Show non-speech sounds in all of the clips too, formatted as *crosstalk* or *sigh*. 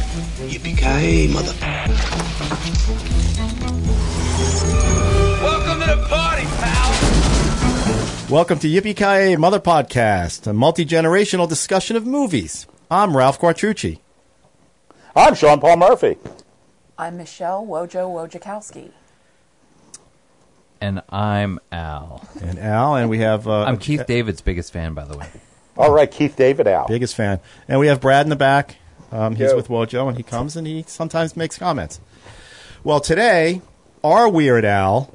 Yippee-ki-yay, mother... Welcome to the party, pal. Welcome to Yippee Ki Mother Podcast, a multi generational discussion of movies. I'm Ralph Quartucci. I'm Sean Paul Murphy. I'm Uh, Michelle Wojo Wojakowski. And I'm Al. And Al, and we have uh, I'm Keith David's biggest fan, by the way. All right, Keith David out. biggest fan, and we have Brad in the back. Um, he's Yo. with Wojo, and he comes and he sometimes makes comments. Well, today our Weird Al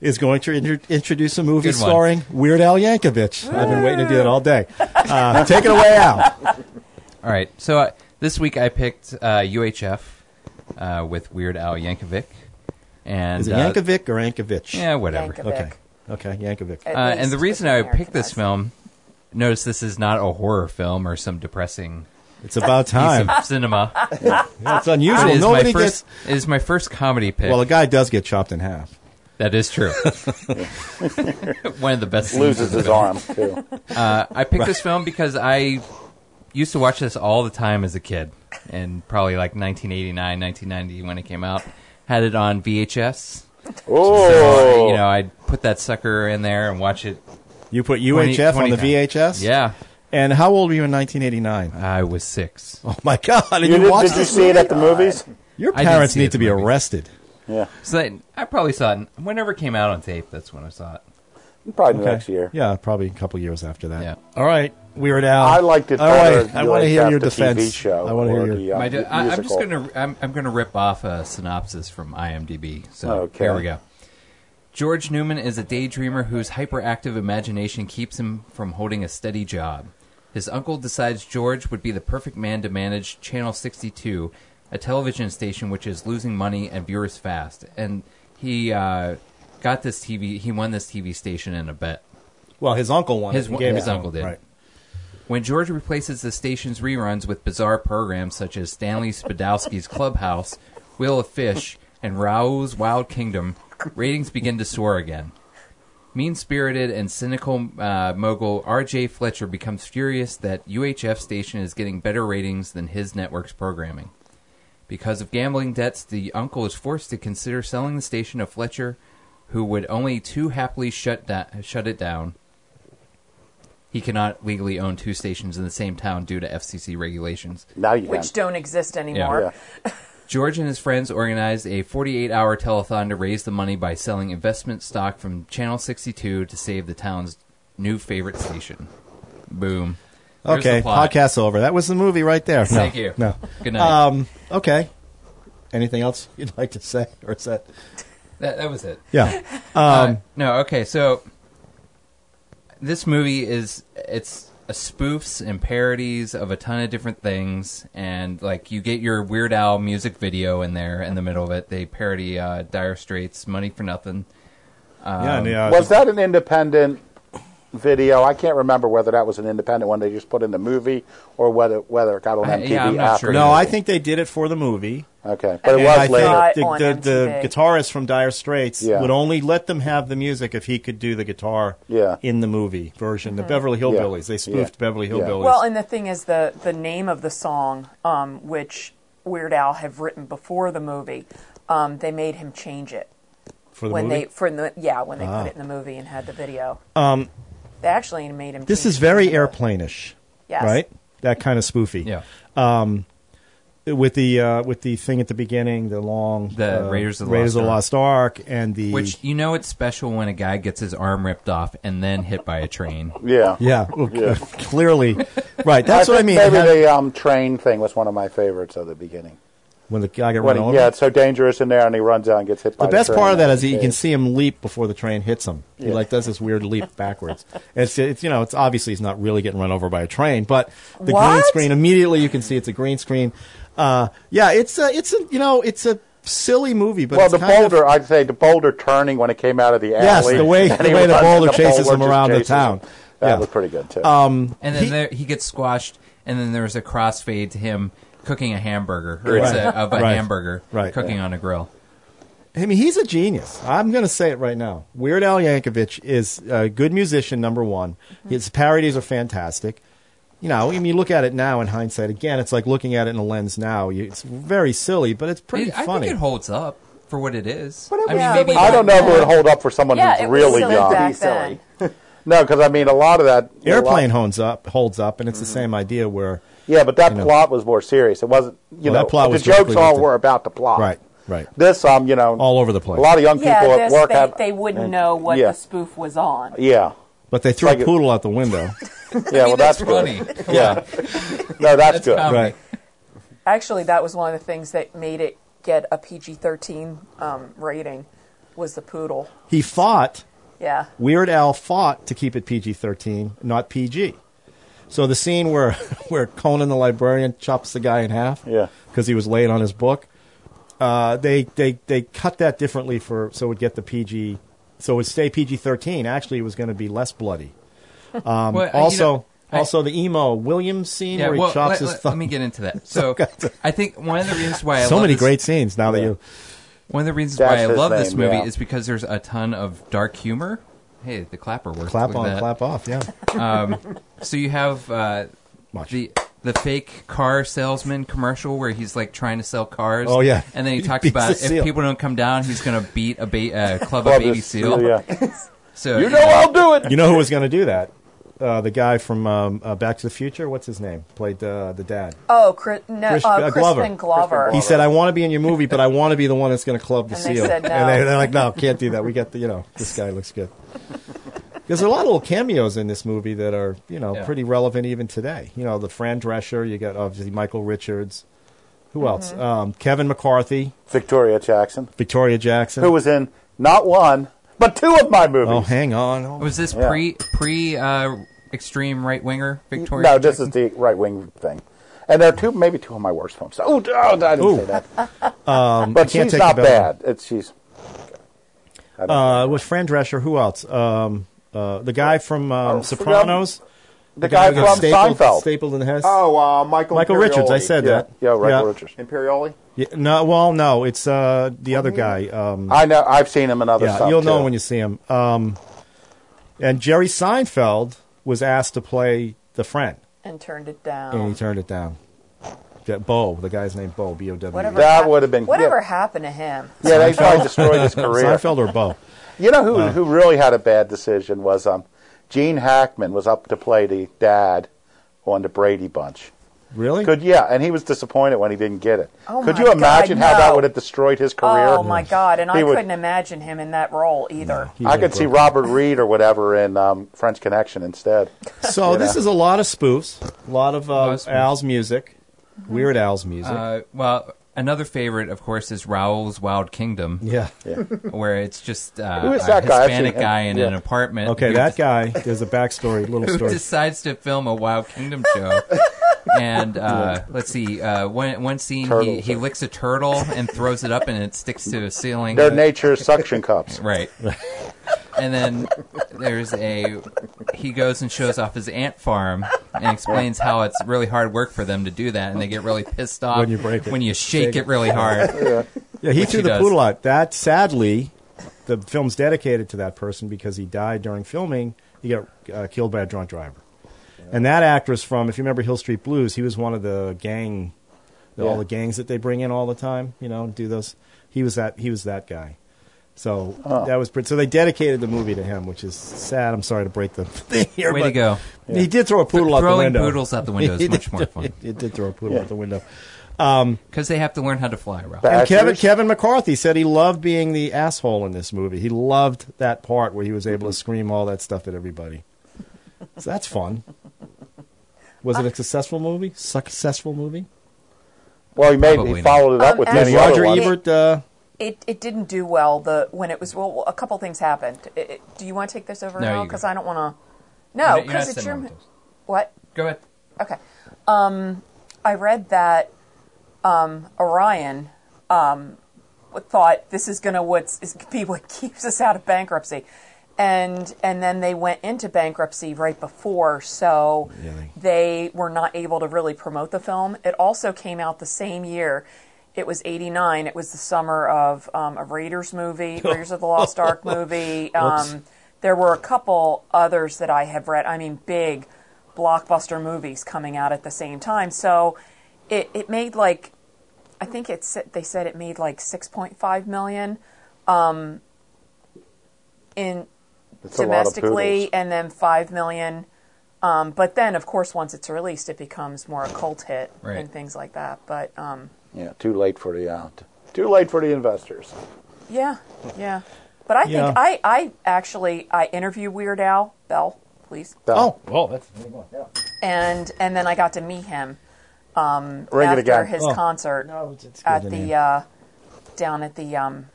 is going to inter- introduce a movie Good one. starring Weird Al Yankovic. I've been waiting to do that all day. Uh, take it away, Al. All right, so uh, this week I picked uh, UHF uh, with Weird Al Yankovic, and Is it uh, Yankovic or Ankovic? Yeah, whatever. Yankovic. Okay. Okay, Yankovic. At Uh, least and the reason I it's picked this Americanized. film, notice this is not a horror film or some depressing It's about time. piece of *laughs* cinema. It Yeah, it's unusual. is Nobody my first. gets. It is my first comedy pick. Well, a guy does get chopped in half. that is *laughs* true. *laughs* One of the best. scenes Loses *laughs* his arm too. I picked this film because I used to watch this all the time as a kid, and probably like 1989, 1990 when it came out. Had it on VHS. uh, Oh, You know, I'd put that sucker in there and watch it. You put 20 UHF on the 20 VHS. Yeah, And how old were you in 1989? I was six. Oh my God! And You you, did, watched did you this? see it at the movies? Your I did parents see need it to in be the movies. arrested. Yeah, So that, I probably saw it whenever it came out on tape. That's when I saw it. probably Okay. next year. Yeah, probably a couple years after that. Yeah. All right, Weird Al. I liked it All better right, if I you want to liked hear that your the defense. TV show I want to or hear the, your. uh, My, mu- I, am just musical. gonna I'm, I'm gonna rip off a synopsis from IMDb. So Okay. here we go. George Newman is a daydreamer whose hyperactive imagination keeps him from holding a steady job. His uncle decides George would be the perfect man to manage Channel 62, a television station which is losing money and viewers fast. And he uh, got this TV. He won this TV station in a bet. uh, Well, his uncle won. His it. He one- gave his it. uncle did. Right. When George replaces the station's reruns with bizarre programs such as Stanley Spadowski's Clubhouse, Wheel of Fish, and Rao's Wild Kingdom, ratings begin to soar again. Mean spirited and cynical uh, mogul R.J. Fletcher becomes furious that UHF station is getting better ratings than his network's programming. Because of gambling debts, the uncle is forced to consider selling the station to Fletcher, who would only too happily shut, da- shut it down he cannot legally own two stations in the same town due to FCC regulations. Now you Which can. don't exist anymore. Yeah. George and his friends organized a 48 hour telethon to raise the money by selling investment stock from Channel 62 to save the town's new favorite station. Boom. There's Okay, the plot. podcast over. That was the movie right there. No, Thank you. No. Good night. Um, okay. Anything else you'd like to say, or is that? that, that was it. Yeah. Uh, no, okay, so this movie is it's a spoofs and parodies of a ton of different things, and like you get your Weird Al music video in there in the middle of it. They parody uh, Dire Straits, Money for Nothing. Um, yeah. and, uh, Was that an independent video? I can't remember whether that was an independent one they just put in the movie or whether whether it got on I- MTV yeah, I'm not after. sure. no, I think they did it for the movie. Okay, but it And was I later. think Not the, the, on the MTV. guitarist from Dire Straits Yeah. would only let them have the music if he could do the guitar Yeah. in the movie version. The Beverly Hillbillies. They spoofed Yeah. Beverly Yeah. Hillbillies. Mm-hmm. Well, and the thing is, the the name of the song, um, which Weird Al have written before the movie, um, they made him change it for the when movie. they for the yeah when they Ah. put it in the movie and had the video. Um, they actually made him. this change is it very to the- airplane-ish, Yes. right? That kind of spoofy. Um, Yeah, With the uh, with the thing at the beginning, the long The uh, Raiders of the Raiders Lost of the Ark. Lost Ark, and the which you know it's special when a guy gets his arm ripped off and then hit by a train. yeah. yeah, well, *laughs* clearly, right. I That's what I think mean. Maybe Had- the um, train thing was one of my favorites of the beginning. when the guy got run When he, over. yeah, it's so dangerous in there, and he runs out and gets hit. by The best train. part of that is that you Yeah. can see him leap before the train hits him. He Yeah. like does this weird leap backwards. it's it's you know it's obviously he's not really getting run over by a train, but the green What? screen immediately you can see it's a green screen. Uh, yeah, it's a it's a you know it's a silly movie, but Well, it's the kind of- boulder, I'd say the boulder turning when it came out of the alley. Yes, the way- *laughs* and the he way the runs and boulder chases him just around the chases him. town. That Yeah. Um, was pretty good too. And then He- there, he gets squashed, and then there's a crossfade to him cooking a hamburger, or it's a, Right. of a Right. hamburger Right. cooking on a grill. I mean, he's a genius. I'm going to say it right now. Weird Al Yankovic is a good musician, number one. His parodies are fantastic. you know, I mean, you look at it now in hindsight. Again, it's like looking at it in a lens now. You, it's very silly, but it's pretty It- I funny. think it holds up for what it is. But it I mean, was- maybe I don't know if it would hold up for someone Yeah, it who's was really silly young. back then. No, because I mean, a lot of that a lot- Airplane holds up, holds up, and it's the same idea where, Yeah, but that You know. plot was more serious. It wasn't, you Well, that know, plot the was jokes directly all with the- were about the plot. Right, right. This, um, you know, All over the place. A lot of young people yeah, at this, work they, have, they wouldn't know what yeah. the spoof was on. yeah, but they threw Like a it- poodle out the *laughs* window. yeah. I mean, well, that's, that's, funny. good. *laughs* *laughs* Yeah, no, that's, That's good. comedy. right. Actually, that was one of the things that made it get a PG-13 um, rating was the poodle. He fought Yeah. Weird Al fought to keep it PG 13, not PG. So the scene where, *laughs* where Conan the librarian chops the guy in half Yeah. because he was late on his book, uh, they, they, they cut that differently for so it would get the PG, so it would stay PG 13. Actually, it was going to be less bloody. Well, Uh, you Um, Also, know, I- also the emo Williams scene where he chops let, his let- thumb. let me get into *laughs* that. So, I think one of the reasons why I so love many this- great scenes now that you. one of the reasons That's why I his love this name, movie yeah. is because there's a ton of dark humor. Hey, the clapper works. Clap Look at on, that. clap *laughs* off. Yeah. So you have uh, Much. the the fake car salesman commercial where he's like trying to sell cars. Oh, yeah. and *laughs* then he He talks beats about the if seal. people don't come down, he's gonna beat a ba- *laughs* uh, club, Love a baby this. seal. Yeah. So you know I'll do it. You know who was going to do that? Uh, the guy from um, uh, Back to the Future. What's his name? Played uh, the dad. Oh, Chris, no, Chris- uh, uh, Glover. Crispin Glover. He said, "I want to be in your movie, but I want to be the one that's going to club the Oh. And they seal." said no. And they, they're like, "No, can't do that. We got the you know this guy looks *laughs* good." There's a lot of little cameos in this movie that are you know Yeah. pretty relevant even today. You know the Fran Drescher. You got obviously Michael Richards. Who else? Mm-hmm. Um, Kevin McCarthy, Victoria Jackson, Victoria Jackson. who was in not one but two of my movies. oh, hang on. Oh, was this Yeah. pre pre uh, extreme right winger Victoria? no, this Jackson? is the right wing thing. And there are two, maybe two of my worst films. Oh, d- oh I didn't Ooh. Um, say that. *laughs* but can't she's take not the bell. bad. It's, she's. I don't Uh, it was Fran Drescher. Who else? Um, uh, the guy from um, Oh, Sopranos. the guy who got from stapled, Seinfeld. Stapled in the head. Oh, uh, Michael. Michael Imperioli. Richards. I said yeah, that. yeah, right, Richards. Imperioli. Yeah, no, well, no, it's uh, the other Mm-hmm. guy. Um, I know. I've seen him in other yeah, stuff. you'll know too. when you see him. Um, and Jerry Seinfeld was asked to play the friend, and turned it Oh. down. and he turned it down. Yeah, Bo, the guy's name Bo, B O W. E. Whatever That hap- would have been- whatever yeah. happened to him. Yeah, they tried to destroy his *laughs* career. Seinfeld or Bo? You know who who really had a bad decision was um, Gene Hackman was up to play the dad on the Brady Bunch. Really? Could yeah, and he was disappointed when he didn't get it. Oh Could my you imagine God, how no. that would have destroyed his career? Oh my God! And He I would- couldn't imagine him in that role either. He I would've could see broken. Robert Reed or whatever in um, French Connection instead. *laughs* So this is a lot of spoofs, a lot of uh, of spoofs. Al's music, Mm-hmm. Weird Al's music. Uh, well, another favorite, of course, is Raoul's Wild Kingdom. *laughs* yeah. where it's just uh, Who is a that guy? I've Hispanic seen him. guy in an Yeah. apartment. Okay, who that *laughs* des- guy. There's a backstory, little who story. decides to film a Wild *laughs* Kingdom show. and uh, let's see, uh, one one scene he, Turtles. he licks a turtle and throws it up, and it sticks to a ceiling. They're nature's suction cups. right. And then there's a he goes and shows off his ant farm and explains how it's really hard work for them to do that, and they get really pissed off When you break it. when you shake, it really hard. *laughs* Yeah, he which threw he the does. poodle out. That sadly, the film's dedicated to that person because he died during filming. He got uh, killed by a drunk driver, and that actress from, if you remember Hill Street Blues, he was one of the gang, the- all Yeah. the gangs that they bring in all the time. You know, do those. He was that. He was that guy. So that was pretty. So they dedicated the movie to him, which is sad. I'm sorry to break the *laughs* thing here. Way to but go. He did throw a poodle out the Throwing window. poodles out the window *laughs* He is much did- more fun He did throw a poodle out the window. because they have to learn how to fly. Rob. *laughs* Back- And Kevin Actors? Kevin McCarthy said he loved being the asshole in this movie. He loved that part where he was able to scream all that stuff at everybody. So that's fun. Was it a successful movie? Successful movie? Well, he made Probably he followed it up not. with Um, many and other Roger ones. Ebert. Uh, It it didn't do well the when it was well a couple things happened. It- it- do you want to take this over No, now? you go. Because I don't want to. You're No, not- you're because not it's sitting your on those. what? Go ahead. Okay. Um, I read that um, Orion um, thought this is going to what's is gonna be what *laughs* keeps us out of bankruptcy, and and then they went into bankruptcy right before, so they were not able to really promote the film. It also came out the same year. It was '89. It was the summer of um, a Raiders movie, Raiders of the Lost Ark movie. Um, there were a couple others that I have read. I mean, big blockbuster movies coming out at the same time. So it, it made like, I think it's, they said it made like 6.5 million um, in It's a lot of domestically poodles. and then 5 million. Um, but then, of course, once it's released, it becomes more a cult hit Right. and things like that. But um, Yeah, too late for the uh, t- too late for the investors. Yeah, yeah. But I think Yeah. I, I actually I interviewed Weird Al Bell, please, Oh. No. Oh, well, that's and and then I got to meet him um, Ring it after again. his Oh. concert it's, it's at the uh, down at the um,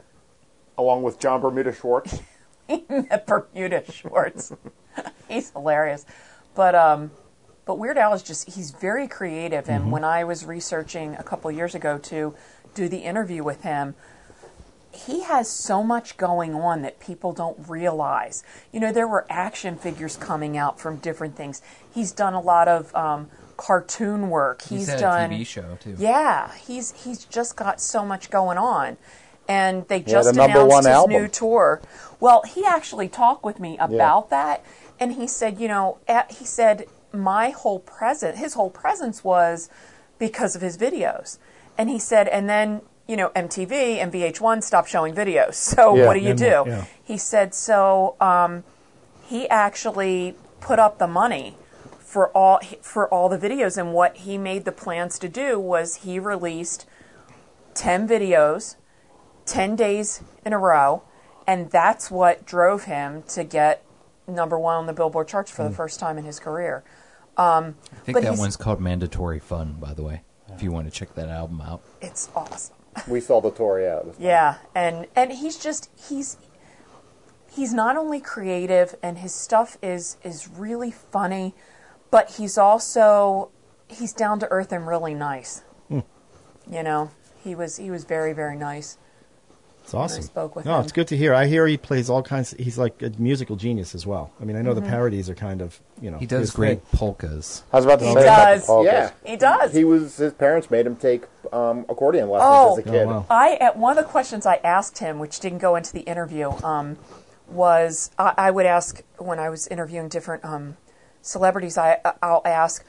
along with John Bermuda Schwartz. *laughs* at Bermuda Shorts. *laughs* he's hilarious, but um, but Weird Al is just he's very creative. And Mm-hmm. when I was researching a couple years ago to do the interview with him, he has so much going on that people don't realize. You know, there were action figures coming out from different things. He's done a lot of um, cartoon work. He's, he's, had done a TV show too. yeah, he's he's just got so much going on, and they just the number announced one his album. new tour. Well, he actually talked with me about that, and he said, you know, at, he said my whole present, his whole presence was because of his videos, and he said, and then you know MTV and VH1 stopped showing videos, *laughs* so Yeah. what do you And, do? yeah. He said, so um, he actually put up the money for all for all the videos and what he made the plans to do was he released 10 videos 10 days in a row and that's what drove him to get number 1 on the Billboard charts for the first time in his career. I think but that he's- one's called Mandatory Fun, by the way. If you want to check that album out, It's awesome. We saw the Tory out. Yeah, and and he's just he's he's not only creative and his stuff is is really funny, but he's also he's down to earth and really nice. You know, he was he was very very nice. It's awesome. spoke with no, him. it's good to hear. I hear he plays all kinds. he's like a musical genius as well. I mean, I know Mm-hmm. the parodies are kind of you know he does his great thing. polkas. I was about to He say about the does. Polkas. Yeah, He does. He was his parents made him take um, accordion lessons Oh. as a Oh, kid. wow. I at one of the questions I asked him, which didn't go into the interview, um, was I, I would ask when I was interviewing different um, celebrities, I I'll ask,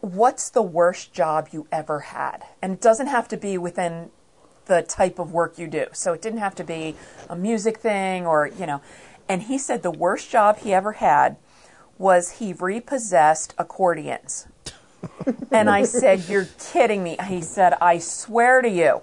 "What's the worst job you ever had?" And it doesn't have to be within the type of work you do. So it didn't have to be a music thing or you know. And he said the worst job he ever had was he repossessed accordions. And I said, You're kidding me. He said, I swear to you.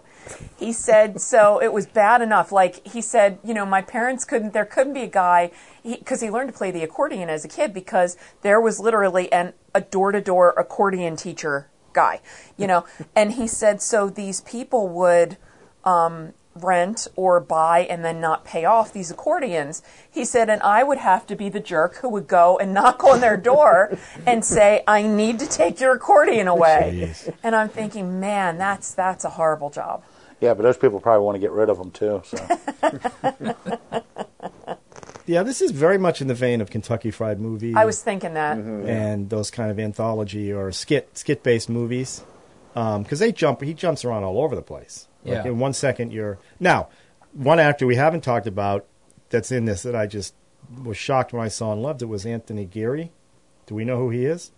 He said, So it was bad enough. Like, he said, You know, my parents couldn't, there couldn't be a guy, because he, learned to play the accordion as a kid because there was literally an, a door to door accordion teacher guy, you know. And he said, So these people would, um, rent or buy and then not pay off these accordions. He said, and I would have to be the jerk who would go and knock on their door and say, I need to take your accordion away. Jeez. And I'm thinking, man, that's that's a horrible job. Yeah, but those people probably want to get rid of them too. So Yeah, this is very much in the vein of Kentucky Fried Movie. I was thinking that. Mm-hmm. and those kind of anthology or skit skit based movies because they jump he jumps around all over the place like Yeah. in one second you're now one actor we haven't talked about that's in this that i just was shocked when i saw and loved it was anthony geary do we know who he is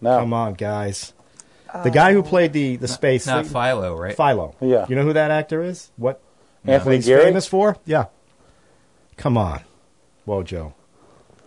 Oh. no, come on guys the guy who played the the space It's not Philo, right? philo Yeah. you know who that actor is what what Anthony he's Geary. famous for yeah come on whoa joe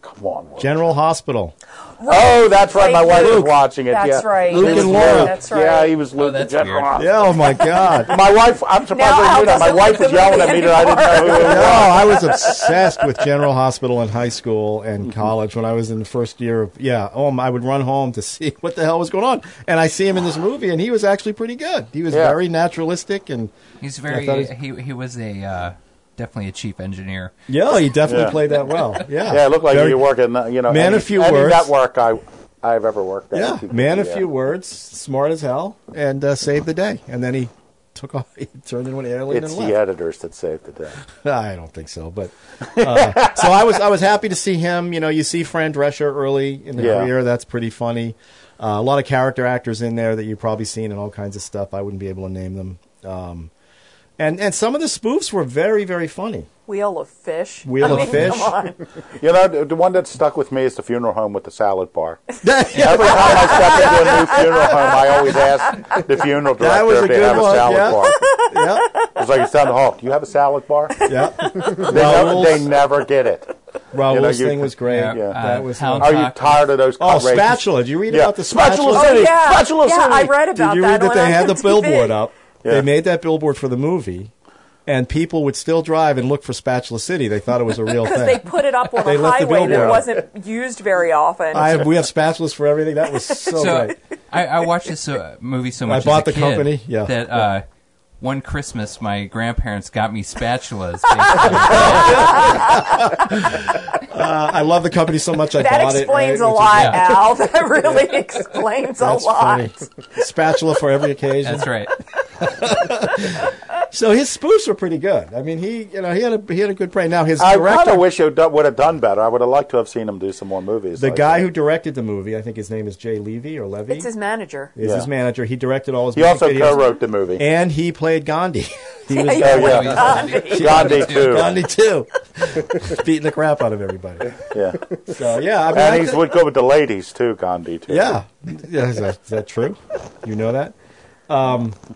Come on, Will. general hospital Oh, that's right. My Played wife was Luke. watching it. That's yeah. right. Luke He was and Laura. Luke. That's right. Yeah, he was Luke. the Oh, that's general. weird. hospital. yeah oh my god My wife. I'm surprised Now I Al knew that. My doesn't wife was look yelling at me that I didn't know who *laughs* it No, was. I was obsessed with General Hospital in high school and college when I was in the first year of yeah. Oh, I would run home to *laughs* see what the hell was going on, and I see him in this movie, and he was actually pretty good. He was Yeah. very naturalistic, and He's very. thought he's- He he was a uh, definitely a chief engineer. yeah, he definitely Yeah. played that *laughs* well. Yeah, Yeah, it looked like Very- you were working. uh, You know, Man any, of few any words. network I I've ever worked at. Yeah, You could man, do a that. few words, smart as hell, and uh, saved the day. And then he took off, *laughs* he turned into an alien It's and the left. editors that saved the day. *laughs* I don't think so, but uh, so I was I was happy to see him. You know, you see Fran Drescher early in the Yeah. career. That's pretty funny. Uh, a lot of character actors in there that you've probably seen and all kinds of stuff. I wouldn't be able to name them. Um, And and some of the spoofs were very very funny. *laughs* Wheel of Fish. Wheel I of mean, Fish. Come on. You know, the the one that stuck with me is the funeral home with the salad bar. that Every time I step into a new funeral home, I always ask the funeral director That was a if they good have one, a salad yeah. bar. yeah, It's like it's down the hall. Do you have a salad bar? They, yeah. never, they Raul's, never get it. you know, Raul's you- thing was great. Yeah, Yeah. That was Hound Are you Cock. tired of those? Oh, outrageous- spatula! Did you read Yeah. about the spatula? Spatula City. Oh, yeah. Spatula Yeah, City. I read Did about you that. read that on they had the IMDb. billboard up? Yeah. They made that billboard for the movie, and people would still drive and look for Spatula City. They thought it was a *laughs* real Because they thing. put *laughs* it up on They a left the highway that billboard. wasn't used very often. I *laughs* have, we have spatulas for everything. That was so, so great. I, I watched this uh, movie so much. as Oh, bought a the kid company, yeah. That uh, one Christmas, my grandparents got me spatulas. basically. Uh, I love the company so much. I that bought explains it. right, a which is- lot, yeah. *laughs* Al. *laughs* That really explains That's a lot. funny. Spatula for every occasion. That's right. So his spoofs were pretty good. I mean, he you know he had a he had a good brain. Now his I kind director, of wish you would have done better. I would have liked to have seen him do some more movies. the like guy that. who directed the movie, I think his name is Jay Levy or Levy, It's his manager. is his Yeah. manager. He directed all his. he music also videos. co-wrote the movie. and he played Gandhi. *laughs* He was Yeah, oh Oh, yeah, he's- Gandhi too. Gandhi too, *laughs* beating the crap out of everybody. Yeah, So yeah, I mean, I and he's thi- would go with the ladies too. Gandhi too. yeah, yeah. Is that, is that true? You know that?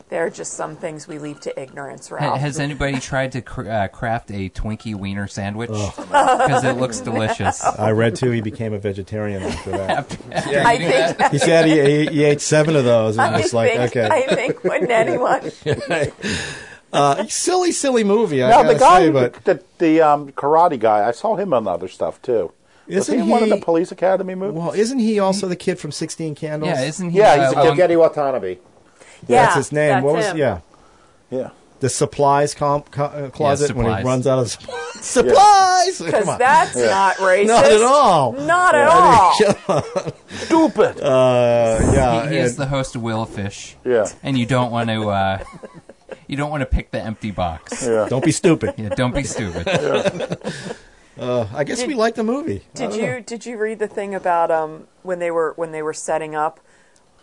There are just some things we leave to ignorance, Ha- Ralph. Has anybody tried to cr- uh, craft a Twinkie wiener sandwich? Because it looks *laughs* delicious. I read too. He became a vegetarian after that. I *laughs* think He said he, he, he ate seven of those, and *laughs* I it's like think, okay. I *laughs* think when anyone Uh, silly, silly movie. I Now gotta the guy, say, who- but the, the um, karate guy, I saw him on other stuff too. Was Isn't he in one of he- the Police Academy movies? well, isn't he also the kid from Sixteen Candles? Yeah, isn't he? Yeah, he's uh, a long- Spaghetti Watanabe. Yeah, that's his name. that's what was him. yeah? yeah, The supplies comp, co- uh, closet when he supplies. runs out of supplies. *laughs* supplies! Come because on. that's not racist. Not at all. Not at all. stupid. Uh, yeah, he, he is and- the host of Wheel of Fish. yeah, and you don't want to uh, you don't want to pick the empty box. yeah. don't be stupid. Yeah, don't be *laughs* stupid. *laughs* I guess we like the movie. I Did don't you know. did you read the thing about um when they were when they were setting up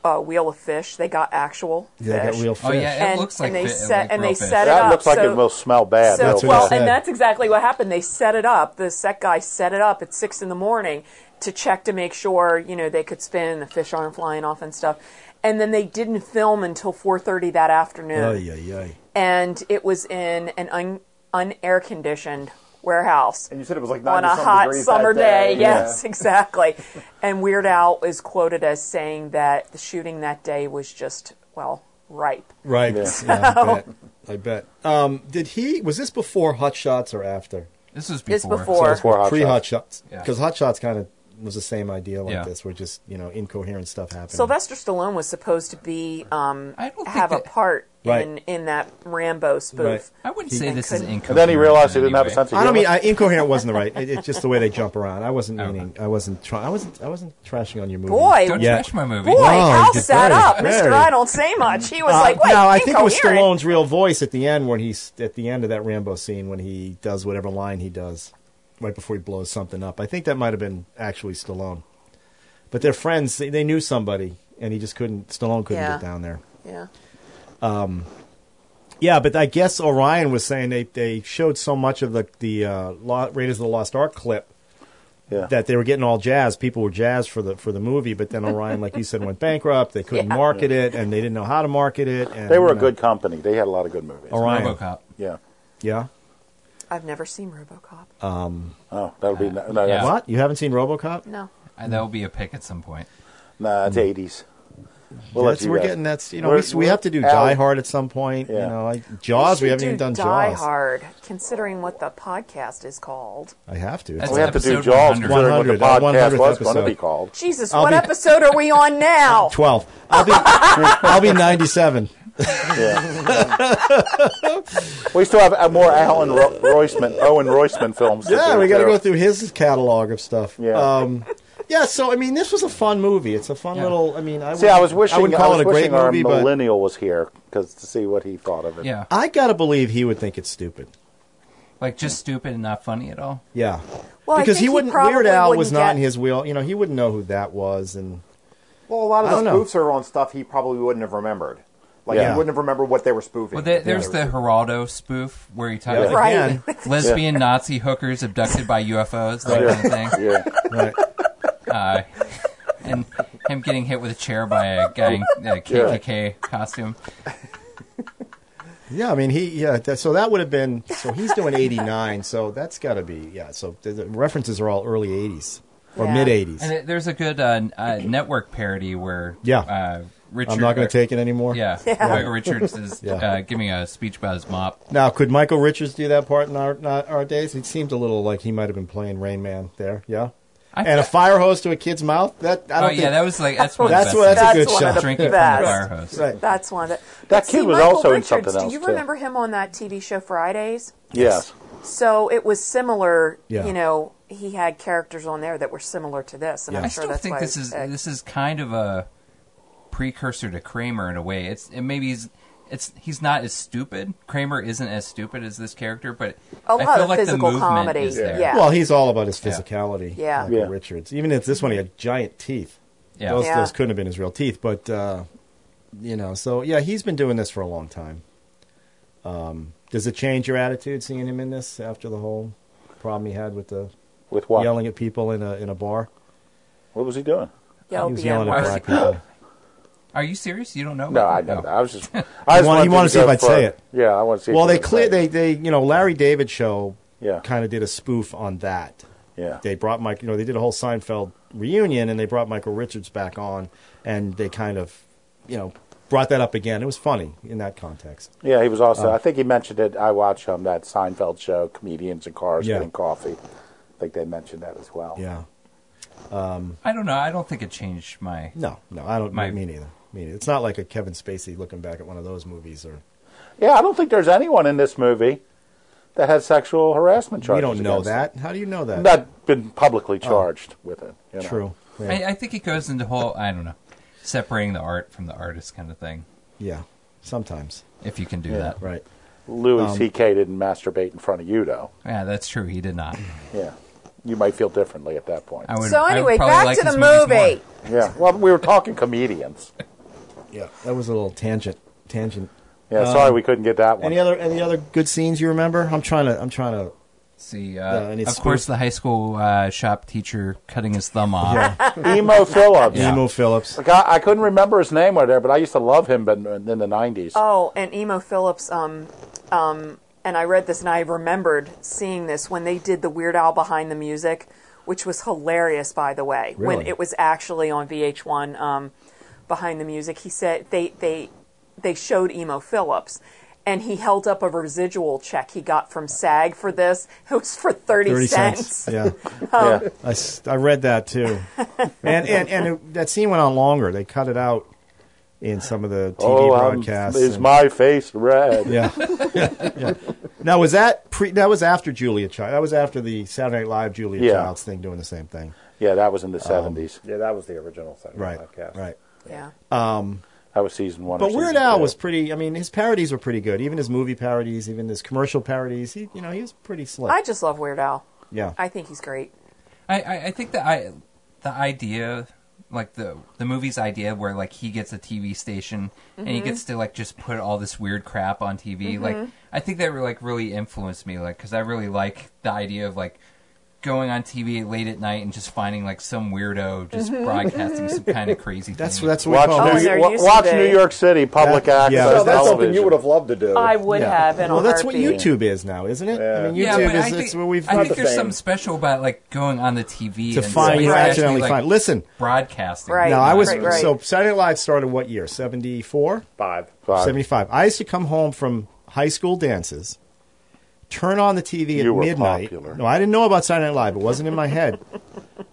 uh, Wheel of Fish? They got actual Yeah, they fish. got real fish. Oh yeah, it And- looks like and they fit- set- like and real they fish. set it That up, looks like so- it will smell bad. So, That's what well, I said. and that's exactly what happened. They set it up. The set guy set it up at six in the morning to check to make sure you know they could spin and the fish aren't flying off and stuff. And then they didn't film until four thirty that afternoon, Ay, ay, ay. and it was in an un, unair conditioned warehouse And you said it was like on 90 a some hot degrees summer that day. *laughs* day. Yes, exactly. And Weird Al is quoted as saying that the shooting that day was just well ripe. Right. Yeah. I bet. I bet. Um, did he? Was this before Hot Shots or after? This was before. It's before. Before Hot Pre Hot Shots. Shots, Yeah. because Hot Shots kind of was the same idea like Yeah. this, where just you know incoherent stuff happened. Sylvester Stallone was supposed to be um, I don't think have a that- part Right. in in that Rambo spoof. Right. I wouldn't say He- this is incoherent. And then he realized he didn't have a anyway. sense of humor. I don't mean I, incoherent wasn't the right. It, it's just the way they jump around. I wasn't Okay. meaning. I wasn't. Try, I wasn't. I wasn't trashing on your movie. Boy, Don't Yeah. trash my movie. boy, Wow, Al he's sat very, up, very- Mister. I don't say much. He was Uh, like, "Wait, no, I think it was incoherent." Stallone's real voice at the end when he's at the end of that Rambo scene when he does whatever line he does right before he blows something up. I think that might have been actually Stallone, but they're friends. They, they knew somebody, and he just couldn't. Stallone couldn't Yeah. get down there. Yeah, Yeah, but I guess Orion was saying they, they showed so much of the the uh, Lo- Raiders of the Lost Ark clip Yeah. that they were getting all jazzed. People were jazzed for the for the movie, but then Orion, like you said, went bankrupt. They couldn't *laughs* Yeah. market it, and they didn't know how to market it. And, they were you a know, good company. They had a lot of good movies. Orion. RoboCop. Yeah. Yeah. I've never seen RoboCop. Uh, Oh, that would be no. no Yeah. that's, What? You haven't seen RoboCop? no, And that will Uh, be a pick at some point. nah, it's eighties. We'll let That's, you Hmm. we're guys- getting that's you know We're- we, we have to do we're out. Die Hard at some point. You Yeah. know, like Jaws. We should haven't do even done Die Jaws. Hard, considering what the podcast is called. I have to. That's We have to do Episode Jaws 100. considering what the 100, our podcast 100th was going to episode. be called. Jesus, I'll what be- episode are we *laughs* on now? *laughs* Twelve. I'll *laughs* be I'll be ninety seven. Yeah. *laughs* we still have uh, more Alan Ro- Roisman, Owen Roisman films. to Yeah, do, we got to too. go through his catalog of stuff. Yeah. Um, yeah. So I mean, this was a fun movie. It's a fun Yeah. little. I mean, I See, wouldn't- I was wishing I wouldn't call was it a great wishing our movie, but millennial was here because to see what he thought of it. Yeah, I gotta believe he would think it's stupid. like just stupid and not funny at all. Yeah. Well, I because think he wouldn't. probably Weird Al was wouldn't not get- in his wheel. You know, he wouldn't know who that was, and Well, a lot I of don't the know. spoofs are on stuff he probably wouldn't have remembered. Like Yeah. you wouldn't have remembered what they were spoofing. Well, there, there's the Geraldo spoof where you talk Yeah, about Right. *laughs* again, lesbian Nazi hookers abducted by UFOs, that kind of thing. Yeah. *laughs* right. Uh, and him getting hit with a chair by a guy in a KKK costume. Yeah, I mean, he yeah. That, so that would have been so he's *laughs* doing eighty nine. So that's got to be yeah. So the, the references are all early eighties or Yeah. mid eighties. And it- there's a good uh, n- uh, network parody where Yeah. uh, Richard. I'm not going to take it anymore. Yeah, Roy Richards is Yeah. uh, giving a speech about his mop. Now, could Michael Richards do that part in our not our days? It seemed a little like he might have been playing Rain Man there. Yeah. I- and a fire hose to a kid's mouth. That I Oh don't yeah, think that was like that's one that's of the what best that's a That's good one shot. of the Drinking from best. the fire hose. Right. That's one that. That But kid see, was Michael also in Richards, something Do else, you too. remember him on that TV show Fridays? Yes. So it was similar. Yeah. You know, he had characters on there that were similar to this, and Yeah. I'm I sure still that's think why uh, this it was is picked. this is kind of a precursor to Kramer in a way. It's it maybe he's it's he's not as stupid. Kramer isn't as stupid as this character, but I A lot feel of like physical the movement comedy, Is there. yeah. Well, he's all about his physicality. Yeah. Michael Yeah. Richards. Even if this one he had giant teeth. Yeah. Those Yeah. those couldn't have been his real teeth, but uh, you know. So yeah, he's been doing this for a long time. Um, does it change your attitude seeing him in this after the whole problem he had with the With what? yelling at people in a in a bar? What was he doing? Yell he was the yelling at N-word. black *laughs* people. Are you serious? You don't know? No, about I it? know. No. I was just. I just You wanted- you wanted to see go if I'd for- say it. Yeah, I want to see. if Well, you they would clear say they it. they you know Larry David show Yeah. kind of did a spoof on that. Yeah. They brought Mike, you know, they did a whole Seinfeld reunion and they brought Michael Richards back on and they kind of, you know, brought that up again. It was funny in that context. Yeah, he was also. Oh. I think he mentioned it. I watch him that Seinfeld show, comedians and cars Yeah. getting coffee. I think they mentioned that as well. Yeah. I don't know. I don't think it changed my. No, no, I don't My- mean either. Me neither. It's not like a Kevin Spacey looking back at one of those movies or Yeah, I don't think there's anyone in this movie that had sexual harassment we charges. don't know against them. that. How do you know that? Not been publicly charged with it. you know. True. Yeah. I, uh, I think it goes into whole. I don't know, separating the art from the artist kind of thing. yeah. Sometimes. If you can do that, Right. Louis Um, C.K. didn't masturbate in front of you, though. yeah, that's true. He did not. Yeah, you might feel differently at that point. I would, So I would anyway, probably back like to the his movies more. movie. Yeah. Well, we were talking comedians. Yeah. That was a little tangent tangent. Yeah. sorry, we couldn't get that one. Um, Any other any other good scenes you remember? I'm trying to I'm trying to See, Yeah, uh, and it's of course, the high school uh, shop teacher cutting his thumb off. Emo Phillips. Yeah. Emo Phillips. Like, I, I couldn't remember his name or there, but I used to love him in, in the '90s. Oh, and Emo Phillips. Um, um, and I read this, and I remembered seeing this when they did the Weird Al behind the music, which was hilarious, by the way. When Really? it was actually on VH1, um, behind the music, he said they they they showed Emo Phillips. And he held up a residual check he got from SAG for this. *laughs* It was for 30, Thirty cents. cents. Yeah. yeah. I, s- I read that too, and and, and it, that scene went on longer. They cut it out in some of the TV oh, um, broadcasts. is and- my face red? *laughs* yeah. Yeah. Now was that pre? That was after Julia Child. That was after the Saturday Night Live Julia Yeah. Childs thing doing the same thing. Yeah, that was in the '70s. yeah, that was the original Saturday Um, Right. Night Cast. Right. Yeah. That was season one. or But Weird season Al two. was pretty. I mean, his parodies were pretty good. Even his movie parodies, even his commercial parodies. He, you know, he was pretty slick. I just love Weird Al. yeah. I think he's great. I, I, I think the I, the idea, like the the movie's idea, where like he gets a TV station and Mm-hmm. he gets to like just put all this weird crap on TV. Like I think that like really influenced me, like because I really like the idea of like going on TV late at night and just finding like some weirdo just Mm-hmm. broadcasting some *laughs* kind of crazy. that's thing. that's what Watch, we call Oh, New, there wa- used to watch be. New York City public That- yeah. access. So So that's something television. you would have loved to do. Oh, I would Yeah. have in well, a that's what heartbeat. YouTube is now, isn't it? I mean, YouTube Yeah, but is I it's think, where we've I think the there's same. something special about like going on the TV to and find you somebody's actually, accidentally like, find. Listen, broadcasting. Right. now I was right, right. so Saturday Night Live started what year? 74? Five. Five. 75. I used to come home from high school dances, turn on the TV at You were midnight. popular. No, I didn't know about Saturday Night Live. It wasn't in my *laughs* head.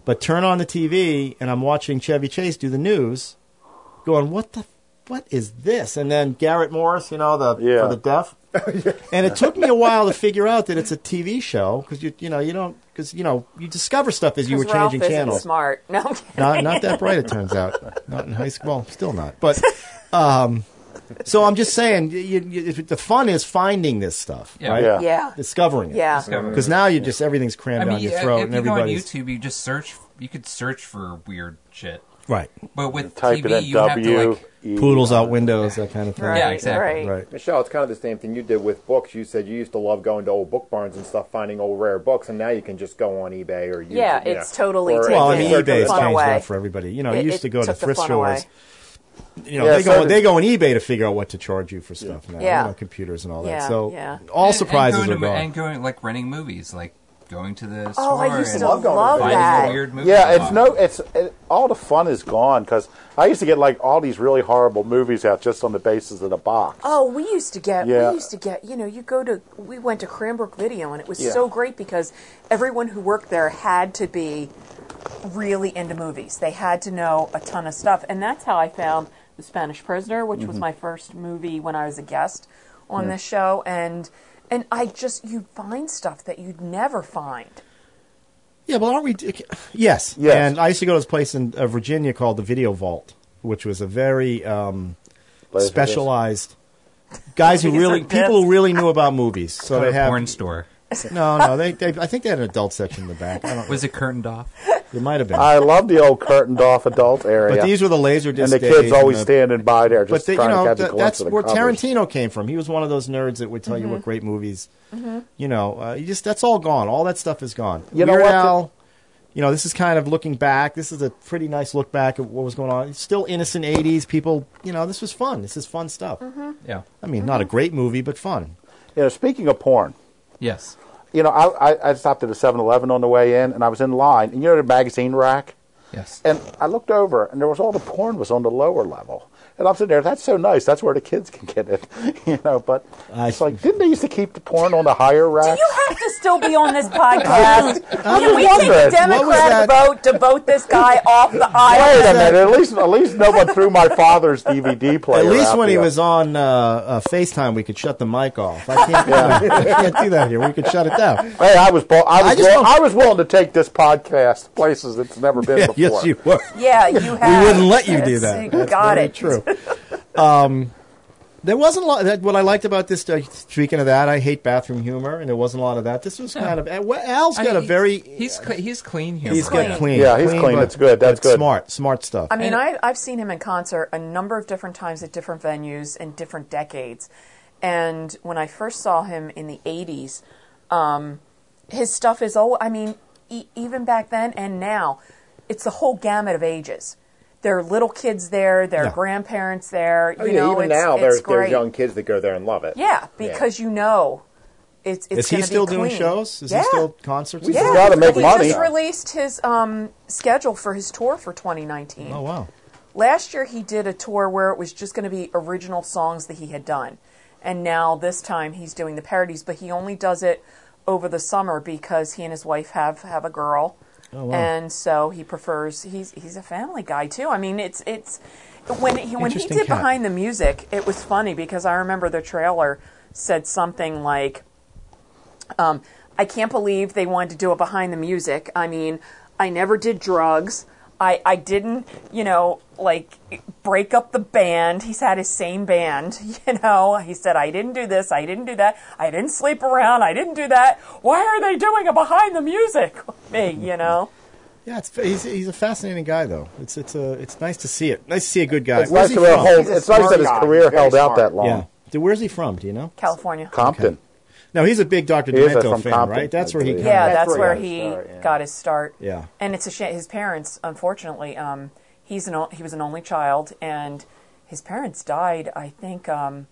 But turn on the TV and I'm watching Chevy Chase do the news, going, "What the what is this?" And then Garrett Morris, you know, the Yeah. for the *laughs* deaf. and it took me a while to figure out that it's a TV show because you you know you don't because you know you discover stuff as you were 'Cause Ralph changing isn't channels smart. *laughs* No, I'm kidding. not not that bright. It turns out, not in high school. Well, still not. But um, so I'm just saying, you, you, the fun is finding this stuff, Yeah. right? Yeah. Yeah. discovering it. Yeah. Discovering because now you just everything's crammed I mean, down your yeah, throat, if and you go on everybody's YouTube, you just search. You could search for weird shit. Right. But with Type it TV, in you have to W. like. E- Poodles out windows, that kind of thing. Yeah, exactly. Right. Right. Michelle, it's kind of the same thing you did with books. You said you used to love going to old book barns and stuff, finding old rare books, and now you can just go on eBay or YouTube, Yeah, you it's totally or- taken. Well, I It mean, took the eBay has fun changed away. that for everybody. You know, It- you it used to go to took the thrift fun stores. You know, Yeah, they so go did- they go on eBay to figure out what to charge you for stuff now. Yeah. You know, computers and all that. Yeah, so yeah. all and- surprises and are going to, gone. And going like renting movies, like going to the Oh, store I used and to love, going to finding that. the weird movies. Yeah, along. it's no, it's it, all the fun is gone because I used to get like all these really horrible movies out just on the basis of the box. Oh, we used to get Yeah. we used to get you know you go to we went to Cranbrook Video and it was Yeah. so great because everyone who worked there had to be really into movies. They had to know a ton of stuff, and that's how I found The Spanish Prisoner, which Mm-hmm. was my first movie when I was a guest on this show, and and I just you find stuff that you'd never find. Yeah, but aren't we? Yes. Yes. And I used to go to this place in uh, Virginia called the Video Vault, which was a very um, Laser disc. specialized guys who really Laserdisc. people who really knew about movies. So they What a have porn store. no, no. They, they I think they had an adult section in the back. I don't, Was it curtained off? it might *laughs* have been. I love the old curtained off adult area. but these were the laser and disc the days kids always the- standing by there But just they, you trying know to catch a that, glimpse that's of the where covers. Tarantino came from. He was one of those nerds that would tell you what great movies. You know, uh, you just that's all gone. All that stuff is gone. You know Weird what? Al, you know, this is kind of looking back. This is a pretty nice look back at what was going on. It's still innocent '80s people. You know, this was fun. This is fun stuff. Yeah. I mean, not a great movie, but fun. You know, speaking of porn, Yes. you know, I, I, I stopped at a 7-Eleven on the way in, and I was in line, and you know the magazine rack, Yes. and I looked over, and there was all the porn was on the lower level, and I'm sitting there. That's so nice. That's where the kids can get it, *laughs* you know. But I- it's like, didn't they used to keep the porn on the higher Do rack? you have to still be on *laughs* this podcast? Can we take wondering, a what was that? Democrat vote to vote this guy *laughs* off the aisle? Wait a minute. At least, at least no one threw my father's DVD player. At least out when he there. was on uh, uh, FaceTime, we could shut the mic off. I *laughs* can't, I can't do that here. We could shut it down. Hey, I was, bo- I was, I just will- don't- I was willing to take this podcast places it's never been before. *laughs* yes, you were. Yeah, you have. we wouldn't let you do Yes, that. you That's got very it. True. Um, there wasn't a lot. That, what I liked about this. Uh, speaking of that, I hate bathroom humor, and there wasn't a lot of that. This was kind of. Al- Al's I got mean, a he- very. He's cle- he's clean humor. he's got clean. clean. Yeah, he's clean. but- That's good. That's but good. Smart. Smart stuff. I mean, I, I've seen him in concert a number of different times at different venues and different decades. And when I first saw him in the 80s, um, his stuff is all, I mean, e- even back then and now, it's the whole gamut of ages. There are little kids there, there are Yeah. grandparents there. You Oh, yeah, know, even it's, now, it's there's, great. there's young kids that go there and love it. Yeah, because you know it's, it's is he gonna be still doing clean. shows? Is yeah. he still concerts? and He's Yeah, stuff? gotta make he money. just released his um, schedule for his tour for 2019. Oh wow. Last year he did a tour where it was just going to be original songs that he had done. And now this time he's doing the parodies, but he only does it over the summer because he and his wife have have a girl. Oh, wow. And so he prefers he's he's a family guy too. I mean, it's it's when he when he Interesting did cat. behind the music, it was funny because I remember the trailer said something like um, I can't believe they wanted to do it behind the music. I mean, I never did drugs. I, I didn't, you know, like break up the band. He's had his same band, *laughs* you know. He said, I didn't do this, I didn't do that, I didn't sleep around, I didn't do that. Why are they doing a behind the music with me, you know? Yeah, it's, he's, he's a fascinating guy, though. It's it's a it's nice to see it. Nice to see a good guy. It's Where's nice, he that it from? holds- He's a it's nice that smart his guy. career Very held out smart. that long. Yeah. Dude, Where's he from? Do you know? California. Compton. No, he's a big Dr. He is, uh, Demento from fan, Compton, right? That's I where he. believe. kinda- Yeah, that's where got his he start, yeah. got his start. Yeah. and it's a shame. His parents, unfortunately, um, he's an o- he was an only child, and his parents died. I think um,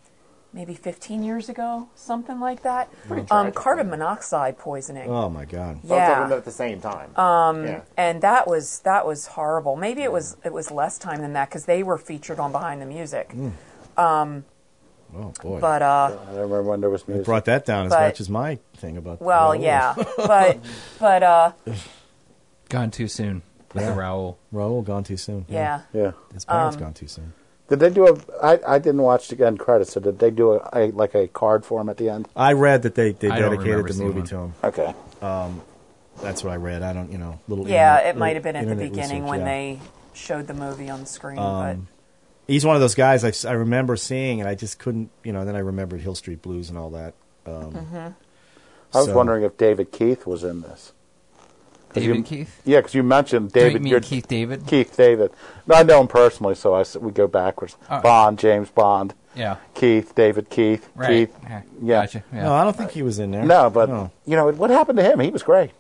maybe 15 years ago, something like that. Um, tragic, carbon monoxide poisoning. Oh my God. Both of yeah. them at the same time. Um, yeah. and that was that was horrible. Maybe it was it was less time than that because they were featured on Behind the Music. Mm. Oh boy. But uh, I remember when there was music. brought that down as But- much as my thing about. well, Raoul. yeah. *laughs* but but uh, Gone too soon with the Raoul. Raoul gone too soon. yeah. Um, Yeah. His parents gone too soon. Did they do a? I, I didn't watch the end credits. So did they do a, a like a card for him at the end? I read that they, they I don't dedicated remember the seeing movie one. to him. Okay. That's what I read. I don't, you know, little. Yeah, internet- it might have been at the internet beginning research, when yeah. Um, they showed the movie on the screen, He's one of those guys I, s- I remember seeing, and I just couldn't, you know. Then I remembered Hill Street Blues Mm-hmm. and all that. Um, I was So- wondering if David Keith was in this. David you- Keith? Yeah, because you mentioned Do you David. mean you're- Keith David? Keith David. No, I know him personally, so I s- we go backwards. All right. Bond, James Bond. Yeah. Keith, David Keith. Right. Keith. Yeah. Yeah. Gotcha. Yeah. No, I don't think he was in there. No, but No. you know what happened to him? He was great.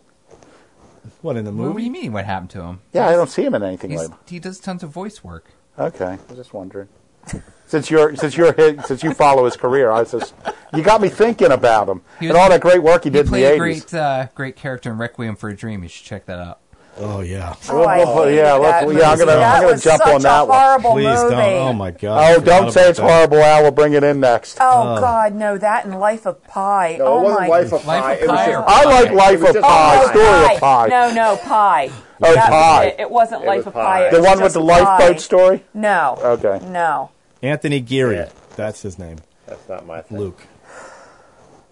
what in the what do movie? you mean? What happened to him? Yeah, I don't see him in anything He's, lately. he does tons of voice work. Okay, I was just wondering. *laughs* since you're since you're his, since you follow his career, I was just you got me thinking about him He and was- all that great work he He did in played the a eighties. great, uh, great character in Requiem for a Dream. You should check that out. Oh yeah. Oh, I Oh, hated yeah, that let's- yeah, movie. I'm gonna- I'm That gonna was jump such on that a one. horrible Please movie. don't. Oh my god. I Oh, forgot don't say about it's that. horrible, Al. We'll bring it in next. Oh, God, no, that and Life of Pi. No, oh my it wasn't Life of Life Pi. of It was Pi just- or- I like It Life was of just Pie. pie. Story of Pie. No, no, Pie. Oh, That was Pi. It. It wasn't It Life was of Pi. Pi. it The was one with just the Pi. lifeboat story. No. Okay. No. Anthony Geary. Yeah. That's his name. That's not my thing. Luke.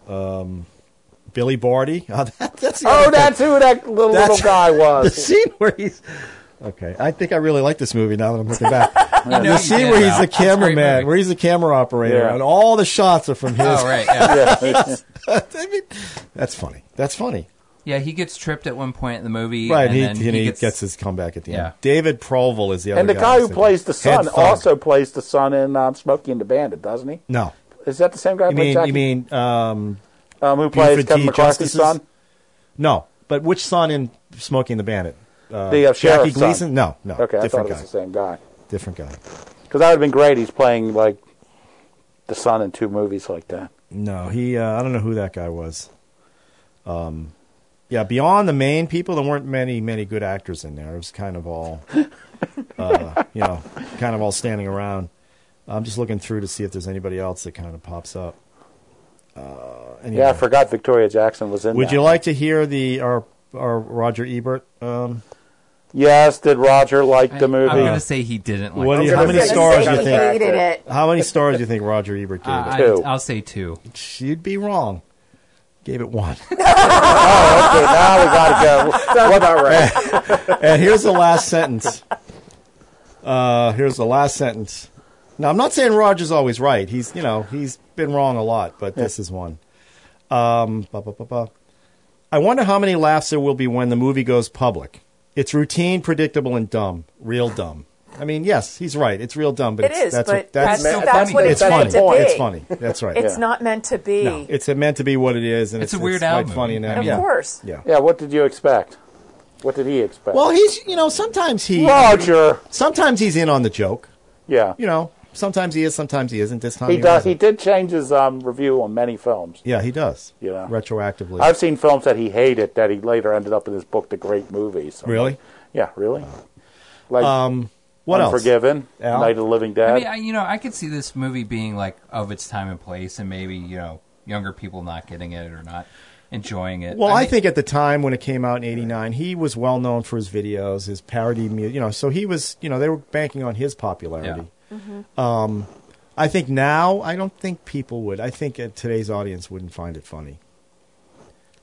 Um, Billy Barty. *laughs* Oh, that, that's the Oh, other that's who that little, little That's- *laughs* guy thing. the was. scene where he's. Okay, I think I really like this movie now that I'm looking *laughs* back. You know the you scene did, where he's Al. the That's a great cameraman, movie. where he's the camera operator, Yeah. and all the shots are *laughs* from his. Oh right, yeah. *laughs* I mean, that's funny. That's funny. yeah. He gets tripped at one point in the movie, Right, And he, then and he, gets, his comeback at the Yeah. end. David Proval is the other And the I guy who said. plays the Head son thug. also plays the son in um, Smokey and the Bandit, doesn't he? No. Is that the same guy who You mean, played Jackie? you mean, um, um, who plays Buford Kevin D. McCarthy's Justices? son? no. But which son in Smoking the Bandit? Uh, The, uh, Jackie sheriff's son. Gleason? No, no. Okay, I thought different it was guy. the same guy. Different guy. Because that would have been great. He's playing like the son in two movies like that. No, he. Uh, I don't know who that guy was. Um, yeah, beyond the main people, there weren't many, many good actors in there. It was kind of all, uh, you know, kind of all standing around. I'm just looking through to see if there's anybody else that kind of pops up. Uh, anyway. Yeah, I forgot Victoria Jackson was in. Would that. you like to hear the our our Roger Ebert? Um, Yes, did Roger like the I'm movie? gonna say he didn't like. what do it. you, how gonna many say- stars do I'm you gonna think? Ah. say- hated it. How many stars do you think Roger Ebert gave Uh, it? I, Two. I'll say two. She'd be wrong. Gave it one. Okay, now we gotta *laughs* go. That's about right. And here's the last sentence. Uh, here's the last sentence. Now, I'm not saying Roger's always right. He's, you know, he's been wrong a lot, but this is one. Um, ba, ba, ba, ba. I wonder how many laughs there will be when the movie goes public. It's routine, predictable, and dumb. Real dumb. I I mean, yes, he's right. It's real dumb, but It it's, is, that's but what, that's, that's, so that's funny. what it's it's, funny. meant to be. It's funny. That's right. It's not meant to be. No, it's meant to be what it is, and It's it's, a weird it's quite album. funny and of yeah. course. Yeah. Yeah, what did you expect? What did he expect? Well, he's you know sometimes he Roger. sometimes he's in on the joke. Yeah, you know, sometimes he is, sometimes he isn't. This time he does. He wasn't. did change his um, review on many films. Yeah, he does. You know. retroactively. I've seen films that he hated that he later ended up in his book, The Great Movies. really? Yeah, really. Like Um, what else? Unforgiven, Al? Night of the Living Dead. I mean, I, you know, I could see this movie being like of its time and place, and maybe you know younger people not getting it or not enjoying it. Well, I, mean, think at the time when it came out in '89, he was well known for his videos, his parody music. You know, so he was. You know, they were banking on his popularity. Um, I think now, I don't think people would. I think uh, today's audience wouldn't find it funny.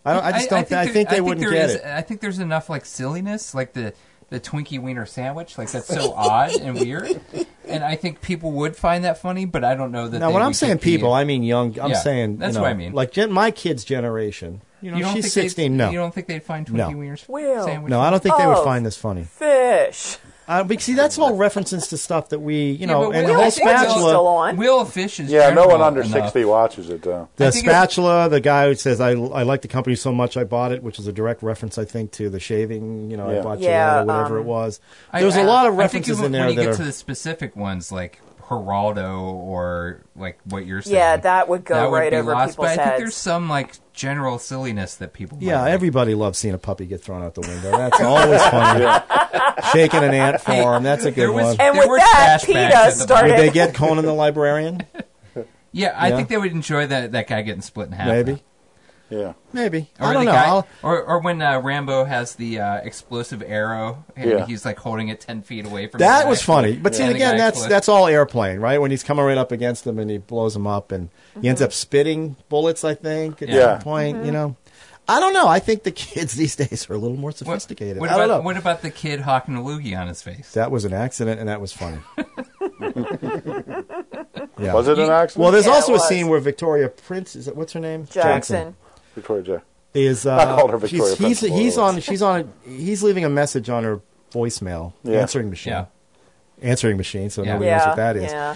I don't. I just don't. I think, there- they wouldn't there get is- it. I think there's enough like silliness, like the the Twinkie wiener sandwich, like that's *laughs* so odd and weird. And I think people would find that funny, but I don't know that. Now, they when I'm would saying get the- people, I mean young. I'm Yeah, saying you that's know, what I mean. Like gen- my kids' generation. You know, you don't she's think they'd- 16. No, you don't think they'd find Twinkie No. wieners Will. sandwich? no, I don't think they would Oh. find this funny. Fish. Uh, because see, that's all references to stuff that we, you Yeah, but know, and Will- the whole I think it's spatula. still on. Will Fish is yeah, no one general under enough. sixty watches it though. The I think it's- spatula, the guy who says, I, I like the company so much I bought it, which is a direct reference, I think, to the shaving, you know, I Yeah. bought Yeah, Gillette or whatever um, it was. I- There's a I- lot of I think references you- in there When you that get are. to the specific ones, like Geraldo or like what you're saying, Yeah, that would go that would right be over lost, people's But I think heads. there's some like general silliness that people. might yeah, like. everybody loves seeing a puppy get thrown out the window. *laughs* That's always funny. Shaking an ant for him, that's a There good was- one. And There with were that, flashbacks at PETA the Would started. they get Conan *laughs* the librarian? Yeah, I Yeah. think they would enjoy that that guy getting split in half. Maybe. Yeah, Maybe. Or I the don't know. guy, I'll- or or when uh, Rambo has the uh, explosive arrow and Yeah. he's like holding it ten feet away from. the That guy. was funny. But see, And the again, guy that's clipped. that's all airplane, right? When he's coming right up against him and he blows him up, and he ends up spitting bullets. I think at Yeah. that point, you know. I don't know. I think the *laughs* kids these days are a little more What, sophisticated. what I about don't know. what about the kid hawking a loogie on his face? that was an accident, and that *laughs* was funny. yeah. was it an You- accident? Well, there's Yeah, it also a was. scene where Victoria Prince is it, what's her name Jackson. Victoria J. *laughs* is uh, I called her Victoria she's, he's, Principal he's on always. she's on a, he's leaving a message on her voicemail Yeah. answering machine Yeah. answering machine so Yeah. nobody knows Yeah. what that is Yeah.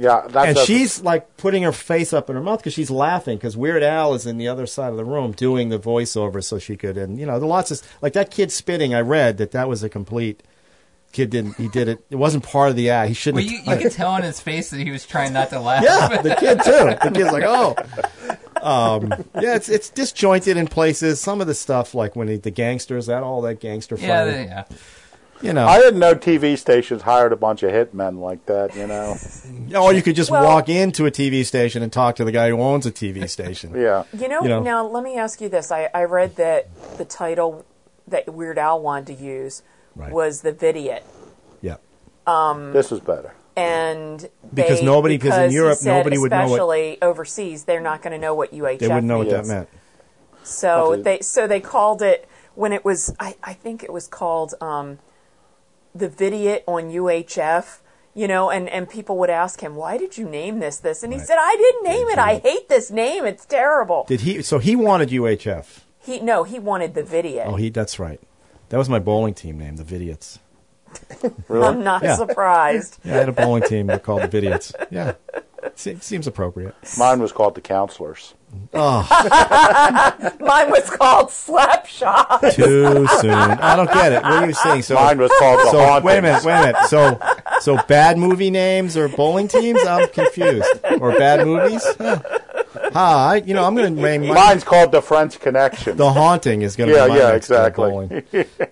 Yeah, that's and a- she's like putting her face up in her mouth because she's laughing because Weird Al is in the other side of the room doing the voiceover so she could and you know there are lots of like that kid spitting I read that that was a complete kid didn't he did it it wasn't part of the act he Well, shouldn't you, have you can tell on his face that he was trying not to laugh. *laughs* yeah, the kid too. The kid's like, oh, um, yeah. It's it's disjointed in places. Some of the stuff, like when he, the gangsters, that all that gangster yeah, fighting, yeah. you know, I didn't know TV stations hired a bunch of hitmen like that. You know, or you could just Well- walk into a TV station and talk to the guy who owns a TV station. yeah. You know, You know. now let me ask you this. I, I read that the title that Weird Al wanted to use Right. was The Vidiot. yeah. This is better. And Because they- nobody- 'cause in he Europe, said nobody would know what- Especially overseas, they're not going to know what UHF They wouldn't know what means. that meant. So Okay. they so they called it when it was I, I think it was called um, the Vidiot on UHF. You know, and, and people would ask him, why did you name this this? And he Right. said, I didn't name it. I hate this name. It's terrible. Did he? So he wanted UHF. He no, he wanted the Vidiot. Oh, he. That's right. That was my bowling team name, the Vidiots. I'm not Yeah. surprised. Yeah, I had a bowling team that called the Vidiots. Yeah, Se- seems appropriate. Mine was called the counselors. Mine was *laughs* called Slapshot. Too soon. I don't get it. What are you saying? So Mine was called the So hauntings. wait a minute, wait a minute. So so bad movie names or bowling teams? I'm confused. Or bad movies? Huh. Ah, I, you know, I'm going to name my, Mine's called the French Connection. the haunting is going to yeah, be my yeah, next uh, exactly. bowling.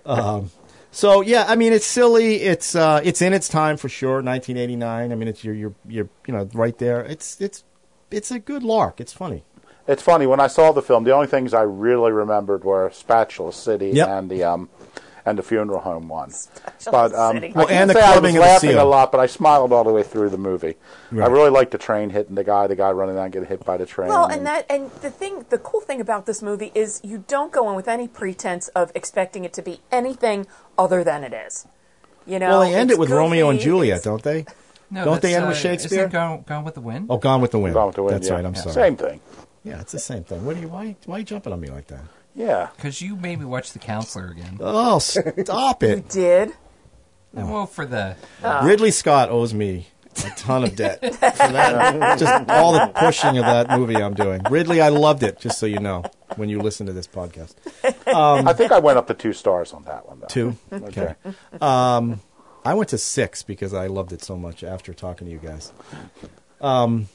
Um, So yeah, I mean, it's silly. It's uh, it's in its time for sure. 1989. I mean, it's you're you're you're you know right there. It's it's it's a good lark. It's funny. It's funny when I saw the film. The only things I really remembered were Spatula City Yep. and the um, and the funeral home one. Spatula But um, City. I Well, can and the say I clubbing of was the laughing seal. a lot, but I smiled all the way through the movie. I Right. really liked the train hitting the guy, the guy running down, getting hit by the train. Well, and that and the thing, the cool thing about this movie is you don't go in with any pretense of expecting it to be anything other than it is. You Well, know, they end it's it with Romeo and goofy, Juliet, it's- don't they? No, Don't they that's, end with uh, isn't Shakespeare? Gone, Gone with the Wind. Oh, Gone with the Wind. Gone with the Wind, That's yeah. right. I'm sorry. Same thing. Yeah, it's the same thing. What are you? Why? Why are you jumping on me like that? Yeah. Because you made me watch The Counselor again. Oh, stop it. Did Well, for the Uh, Ridley Scott owes me a ton of *laughs* debt for that. just all the pushing of that movie I'm doing. Ridley, I loved it. Just so you know, when you listen to this podcast, I think I went up to two stars on that one. Though. Um, two. Okay. Um, I went to six because I loved it so much after talking to you guys. Um,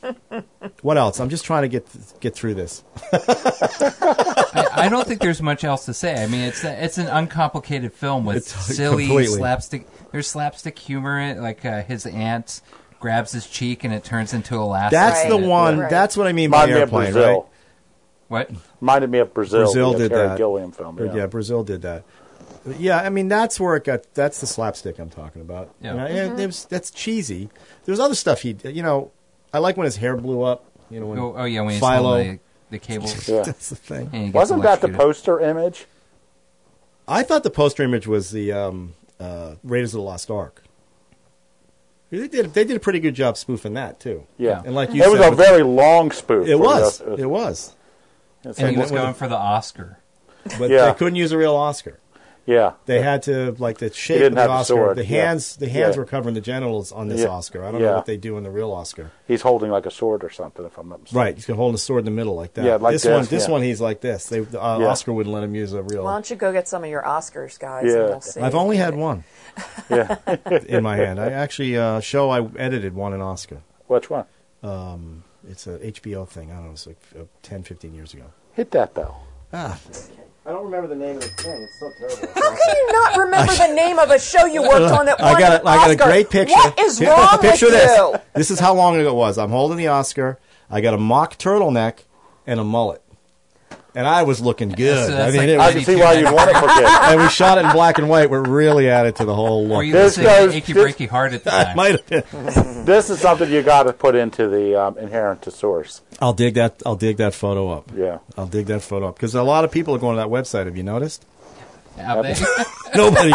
what else? I'm just trying to get get through this. I, I don't think there's much else to say. I mean, it's a, it's an uncomplicated film with It's- silly completely. slapstick. There's slapstick humor, in it, like uh, his aunt grabs his cheek and it turns into a laugh. That's Right. the one. Right. That's what I mean by Reminded me of airplane, Brazil. right? What? Reminded me of Brazil. Brazil the did Terry that. Gilliam film. Or, Yeah. yeah. Brazil did that. Yeah, I mean that's where it got. That's the slapstick I'm talking about. Yeah. You know, and it was- that's cheesy. There's other stuff he. You know, I like when his hair blew up. You know, when Oh, oh yeah, when he's Philo. *laughs* holding the, the cables. Yeah. that's the thing. and he gets Wasn't that the electrocuted. poster image? I thought the poster image was the um, uh, Raiders of the Lost Ark. They did. They did a pretty good job spoofing that too. Yeah. And like you It was said, a very long spoof. it was. It was- It was. it's And like- he was Someone- going for the Oscar. But Yeah. they couldn't use a real Oscar. yeah. They had to like the shape didn't of the have the Oscar. sword, the yeah. hands, the hands Yeah. were covering the genitals on this Yeah. Oscar. I don't know Yeah. what they do in the real Oscar. He's holding like a sword or something, if I'm not mistaken. Right, he's holding a sword in the middle like that. Yeah, like this, this, one. This yeah. one, he's like this. They, uh, Yeah. Oscar wouldn't let him use a real. why don't you go get some of your Oscars, guys? Yeah. And we'll see. I've only had *laughs* one Yeah. *laughs* in my hand. I actually uh, show I edited one an Oscar. Which one? It's a HBO thing. I don't know. It's like uh, 10, 15 years ago. Hit that bell. Ah, I don't remember the name of the thing. It's so terrible. How can you not remember the name of a show you worked on that *laughs* won I got an a, I got a Oscar? great picture. What is Pi- wrong picture with this. you? This is how long ago it was. I'm holding the Oscar. I got a mock turtleneck and a mullet, and I was looking good. so I that's mean, like *laughs* it I was, can see why you'd want to forget. and we shot it in black and white. We're really added to the whole Were look. you This listening to goes- Achy this- Breaky Heart at the *laughs* I time? might have been. *laughs* This is something you got to put into the um, inherent to source. I'll dig that. I'll dig that photo up. Yeah. I'll dig that photo up because a lot of people are going to that website. Have you noticed? *laughs* Now *laughs* they- Nobody.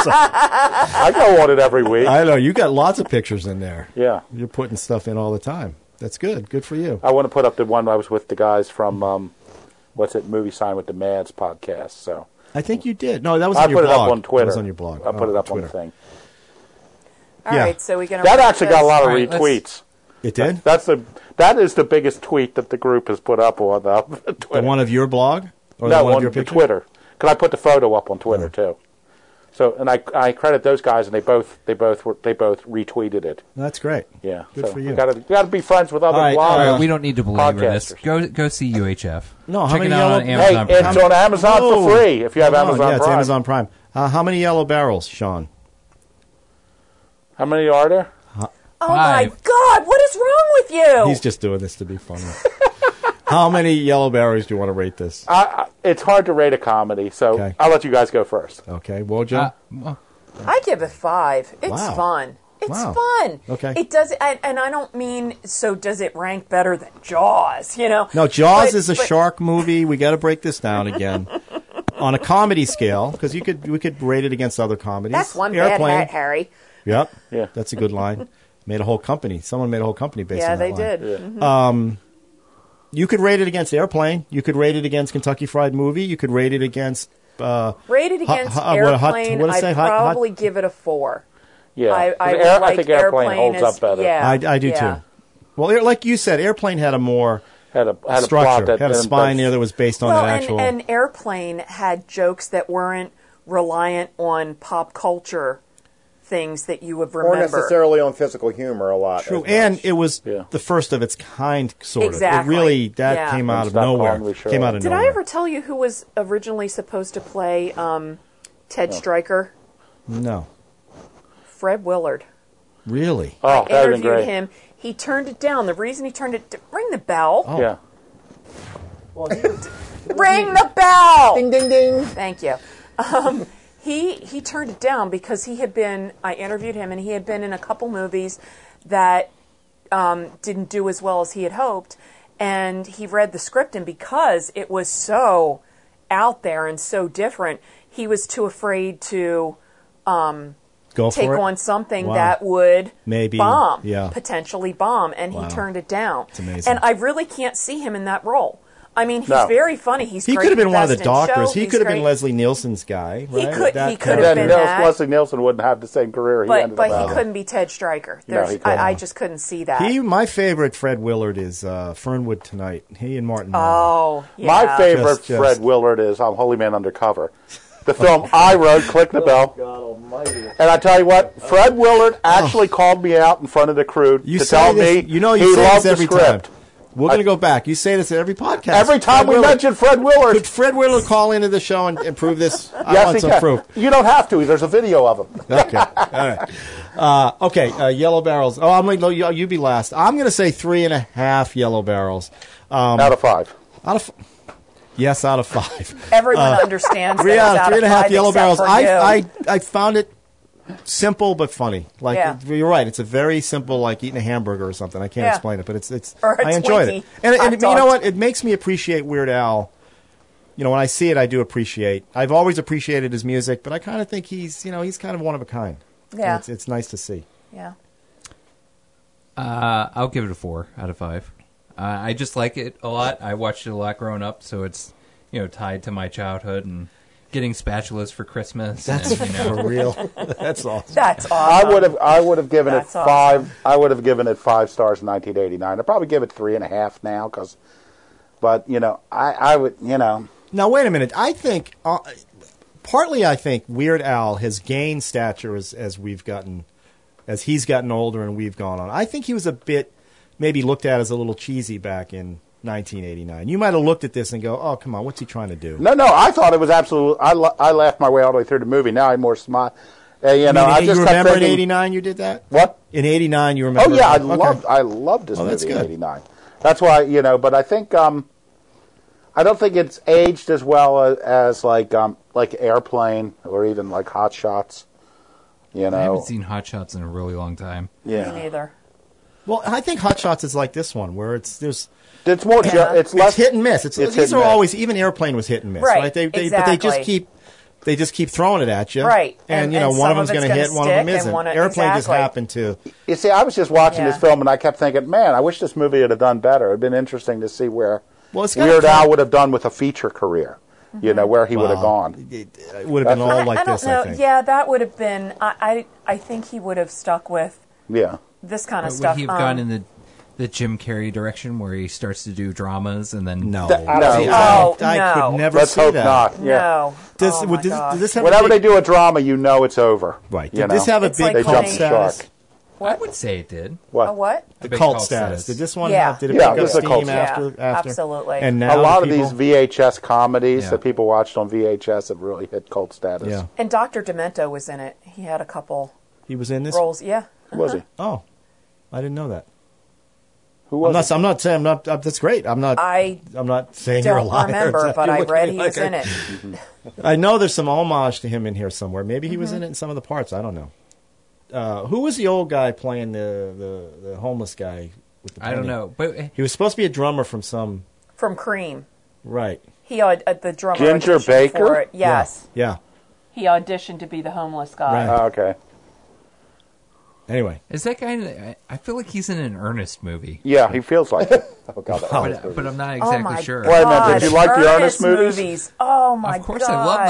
I go on it every *laughs* week. I know you got lots of pictures in there. Yeah. You're putting stuff in all the time. That's good. Good for you. I want to put up the one I was with the guys from um, what's it movie sign with the Mads podcast. So I think you did. No, that was I on your put it blog. up on That Twitter. was on your blog. I put Oh, it up on Twitter. the thing. All right, Yeah. so we gonna That wrap actually got a this? lot of All right, let's- retweets. It did. That's the that is the biggest tweet that the group has put up on uh, *laughs* The Twitter. one of your blog or no, the one on of your the picture? Twitter. Because I put the photo up on Twitter too. So and I I credit those guys and they both they both were, they both retweeted it. That's great. Yeah. Good so for you. You gotta, you gotta be friends with other All right, bloggers. all All right, we don't need to belabor this. Uh, Podcasters. Go go see UHF. No, how check many it out on yellow- hey, Amazon. it's Prime. on Amazon Whoa. for free if you have Hold on. Amazon yeah, it's Prime. Amazon Prime. Uh, how many yellow barrels, Sean? How many are there? Oh my Five. God, what is wrong with you? He's just doing this to be funny. *laughs* how many yellow barrels do you want to rate this? I, I, it's hard to rate a comedy, so Okay. I'll let you guys go first. Okay, Wojo. Uh, well, I give it five. It's Wow. fun. It's Wow. fun. Okay. It does, and, and I don't mean so. Does it rank better than Jaws? You know. no, Jaws But- is a but- shark movie. We got to break this down *laughs* again on a comedy scale because you could we could rate it against other comedies. That's one Airplane. bad hat, Harry. Yep. Yeah. That's a good line. made a whole company. Someone made a whole company based Yeah, on that they line. did. You could rate it against Airplane. You could rate it against Kentucky Fried Movie. You could rate it against. Uh, Rated Hot- against hot- what, hot- airplane, what did I I'd say? Hot- hot- probably give it a four. Yeah, I, I, would Air- like I think airplane, holds as- up better. Yeah, I, I do yeah. too. Well, air- like you said, Airplane had a more Had a had a structure, plot that had a and- spine there that was based on Well, an and, actual. and airplane had jokes that weren't reliant on pop culture things that you would Or remember. necessarily on physical humor a lot. as True, much. and it was Yeah. the first of its kind, sort of. It Exactly. really that Yeah. came out And of Stockholm nowhere. was sure. Came out of Did nowhere. I ever tell you who was originally supposed to play um, Ted Stryker? No, Fred Willard. really. Oh, that would been Interviewed great. him. He turned it down. The reason he turned it ring the bell. Oh, Yeah. Ring the bell. Ding ding ding. Thank you. Um, he he turned it down because he had been. I interviewed him, and he had been in a couple movies that um, didn't do as well as he had hoped. And he read the script, and because it was so out there and so different, he was too afraid to Go take for it. on something Wow. that would Maybe, bomb, yeah. potentially bomb, and Wow. he turned it down. It's amazing. And I really can't see him in that role. I mean, he's No. very funny. He's He great could have been in one of the Best in Show. doctors. He He's could have been great- Leslie Nielsen's guy. Right? could- That he kind could of- have Then been Nils, that. Leslie Nielsen wouldn't have the same career. He but ended but up he having. couldn't be Ted Stryker. No, There's, he couldn't. I, I just couldn't see that. He, my favorite Fred Willard is uh, Fernwood Tonight. He and Martin. Mull. oh, yeah. My favorite Just- just- Fred Willard is um, Holy Man Undercover. The film I wrote, Click Oh, the Bell. And I tell you what, Fred Willard actually called me out in front of the crew Oh. You to say tell this, me you know, he you say loved this every the script. time. We're going to go back. You say this at every podcast. Every time Fred we Willard. mention Fred Willard, Could Fred Willard call into the show and, and prove this? I yes, want he some can. proof. You don't have to. There's a video of him. *laughs* Okay. All right. Uh, okay. Uh, yellow barrels. Oh, I'm going to you, you be last. I'm going to say three and a half yellow barrels. Um, out of five. Out of. f- Yes, out of five. Everyone understands Three that out of it's Uh, three out and a half five yellow except barrels. for I, you. I I found it simple but funny. Like Yeah. you're right, it's a very simple like eating a hamburger or something. I can't Yeah. explain it, but it's it's Or a I enjoyed it. Twinkie. And, Hot and you know dog. what? It makes me appreciate Weird Al. You know, when I see it, I do appreciate. I've always appreciated his music, but I kind of think he's you know he's kind of one of a kind. And Yeah. it's, it's nice to see. yeah. uh, I'll give it a four out of five. Uh, I just like it a lot. I watched it a lot growing up, so it's you know tied to my childhood and getting spatulas for Christmas. That's and, you know, For real, *laughs* that's awesome. That's I awesome. would have I would have given it um, That's awesome. five. I would have given it five stars in 1989. I'd probably give it three and a half now because, but you know, I I would you know Now wait a minute. I think uh, partly I think Weird Al has gained stature as as we've gotten as he's gotten older and we've gone on. I think he was a bit maybe looked at as a little cheesy back in 1989. You might have looked at this and go, "Oh, come on, what's he trying to do?" no no I thought it was absolute. I la- I laughed my way all the way through the movie. Now I more smile. Uh, you know, mean, I you just kept remember thinking, in '89 you did that. What? In '89 you Oh remember? yeah, I Okay. loved I loved this Oh, that's movie in good. '89. That's why you know, but I think um, I don't think it's aged as well as, as like um like Airplane or even like Hot Shots. You know, I haven't seen Hot Shots in a really long time. Me yeah, neither. Well, I think Hot Shots is like this one where it's there's it's more. ju- Yeah. it's less it's hit and miss. It's, it's hit these and are miss. always even airplane was hit and miss, right? Right, They, they, But they just exactly. keep they just keep throwing it at you, Right, And, and- you know and one of some them's of it's going to gonna hit, one of them stick, and isn't. one of- airplane just exactly. happened to. You see, I was just watching Yeah. this film and I kept thinking, man, I wish this movie had have done better. It'd been interesting to see where Well, it's got Weird to- Al would have done with a feature career, you know, where he would have Well, gone. It, it would have been all I, like I don't this, know. I think. Yeah, that would have been. I, I I think he would have stuck with Yeah. this kind of Would stuff. he have Um, gone in the the Jim Carrey direction where he starts to do dramas and then No. Th- I don't See, know. Oh, I, I no. could never Let's see hope that. not. Yeah. No. Does, oh would my this, God. does this have Whenever a they big, do a drama, you know it's over. Right. You Did this know? have a It's big like They cult jumped the status? shark. I would say it did. What? a what? The Big cult cult status. status. Did this one Yeah. have? Did it pick Yeah, it up was a cult steam status. after? Yeah, after? absolutely. And now A lot of people- these VHS comedies Yeah. that people watched on VHS have really hit cult status. Yeah. And Doctor Demento was in it. He had a couple He was in this. roles. Yeah. Was he? Oh, I didn't know that. Who I'm was not. it? I'm not saying. I'm not. I'm- that's great. I'm not. I I'm not saying you're a don't liar. *laughs* remember, but You're I looking read at he me was like in I- it. I know there's some homage to him in here somewhere. Maybe he Mm-hmm. was in it in some of the parts. I don't know. Uh, who was the old guy playing the, the, the homeless guy with the I don't pendant? know, but eh, He was supposed to be a drummer from some From Cream. right. He aud- uh, the drummer. Ginger auditioned Baker? for it. Yes. Yeah. He auditioned to be the homeless guy. Right. Oh, okay. Anyway, is that guy? in I- I feel like he's in an Ernest movie, Yeah, he feels *laughs* like it. Oh god, that was but, but I'm not Oh exactly my sure. Wait a minute, did God, you like the Ernest movies? Oh my Of course, God. Oh, I love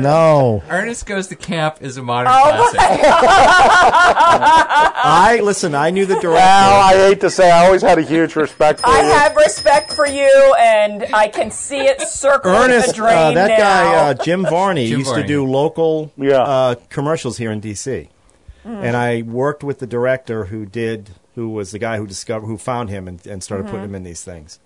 the Ernest. oh, no. Ernest Goes to Camp is a modern Oh classic. I listen. I knew the Al, director. I hate to say, I always had a huge respect for I you. have respect for you, and I can see it circling the Ernest, drain uh, that now. guy uh, Jim Varney Jim used Varney. to do local Yeah. uh, commercials here in D.C. Hmm. And I worked with the director who did, who was the guy who discovered, who found him and, and started putting Mm-hmm. him in these things.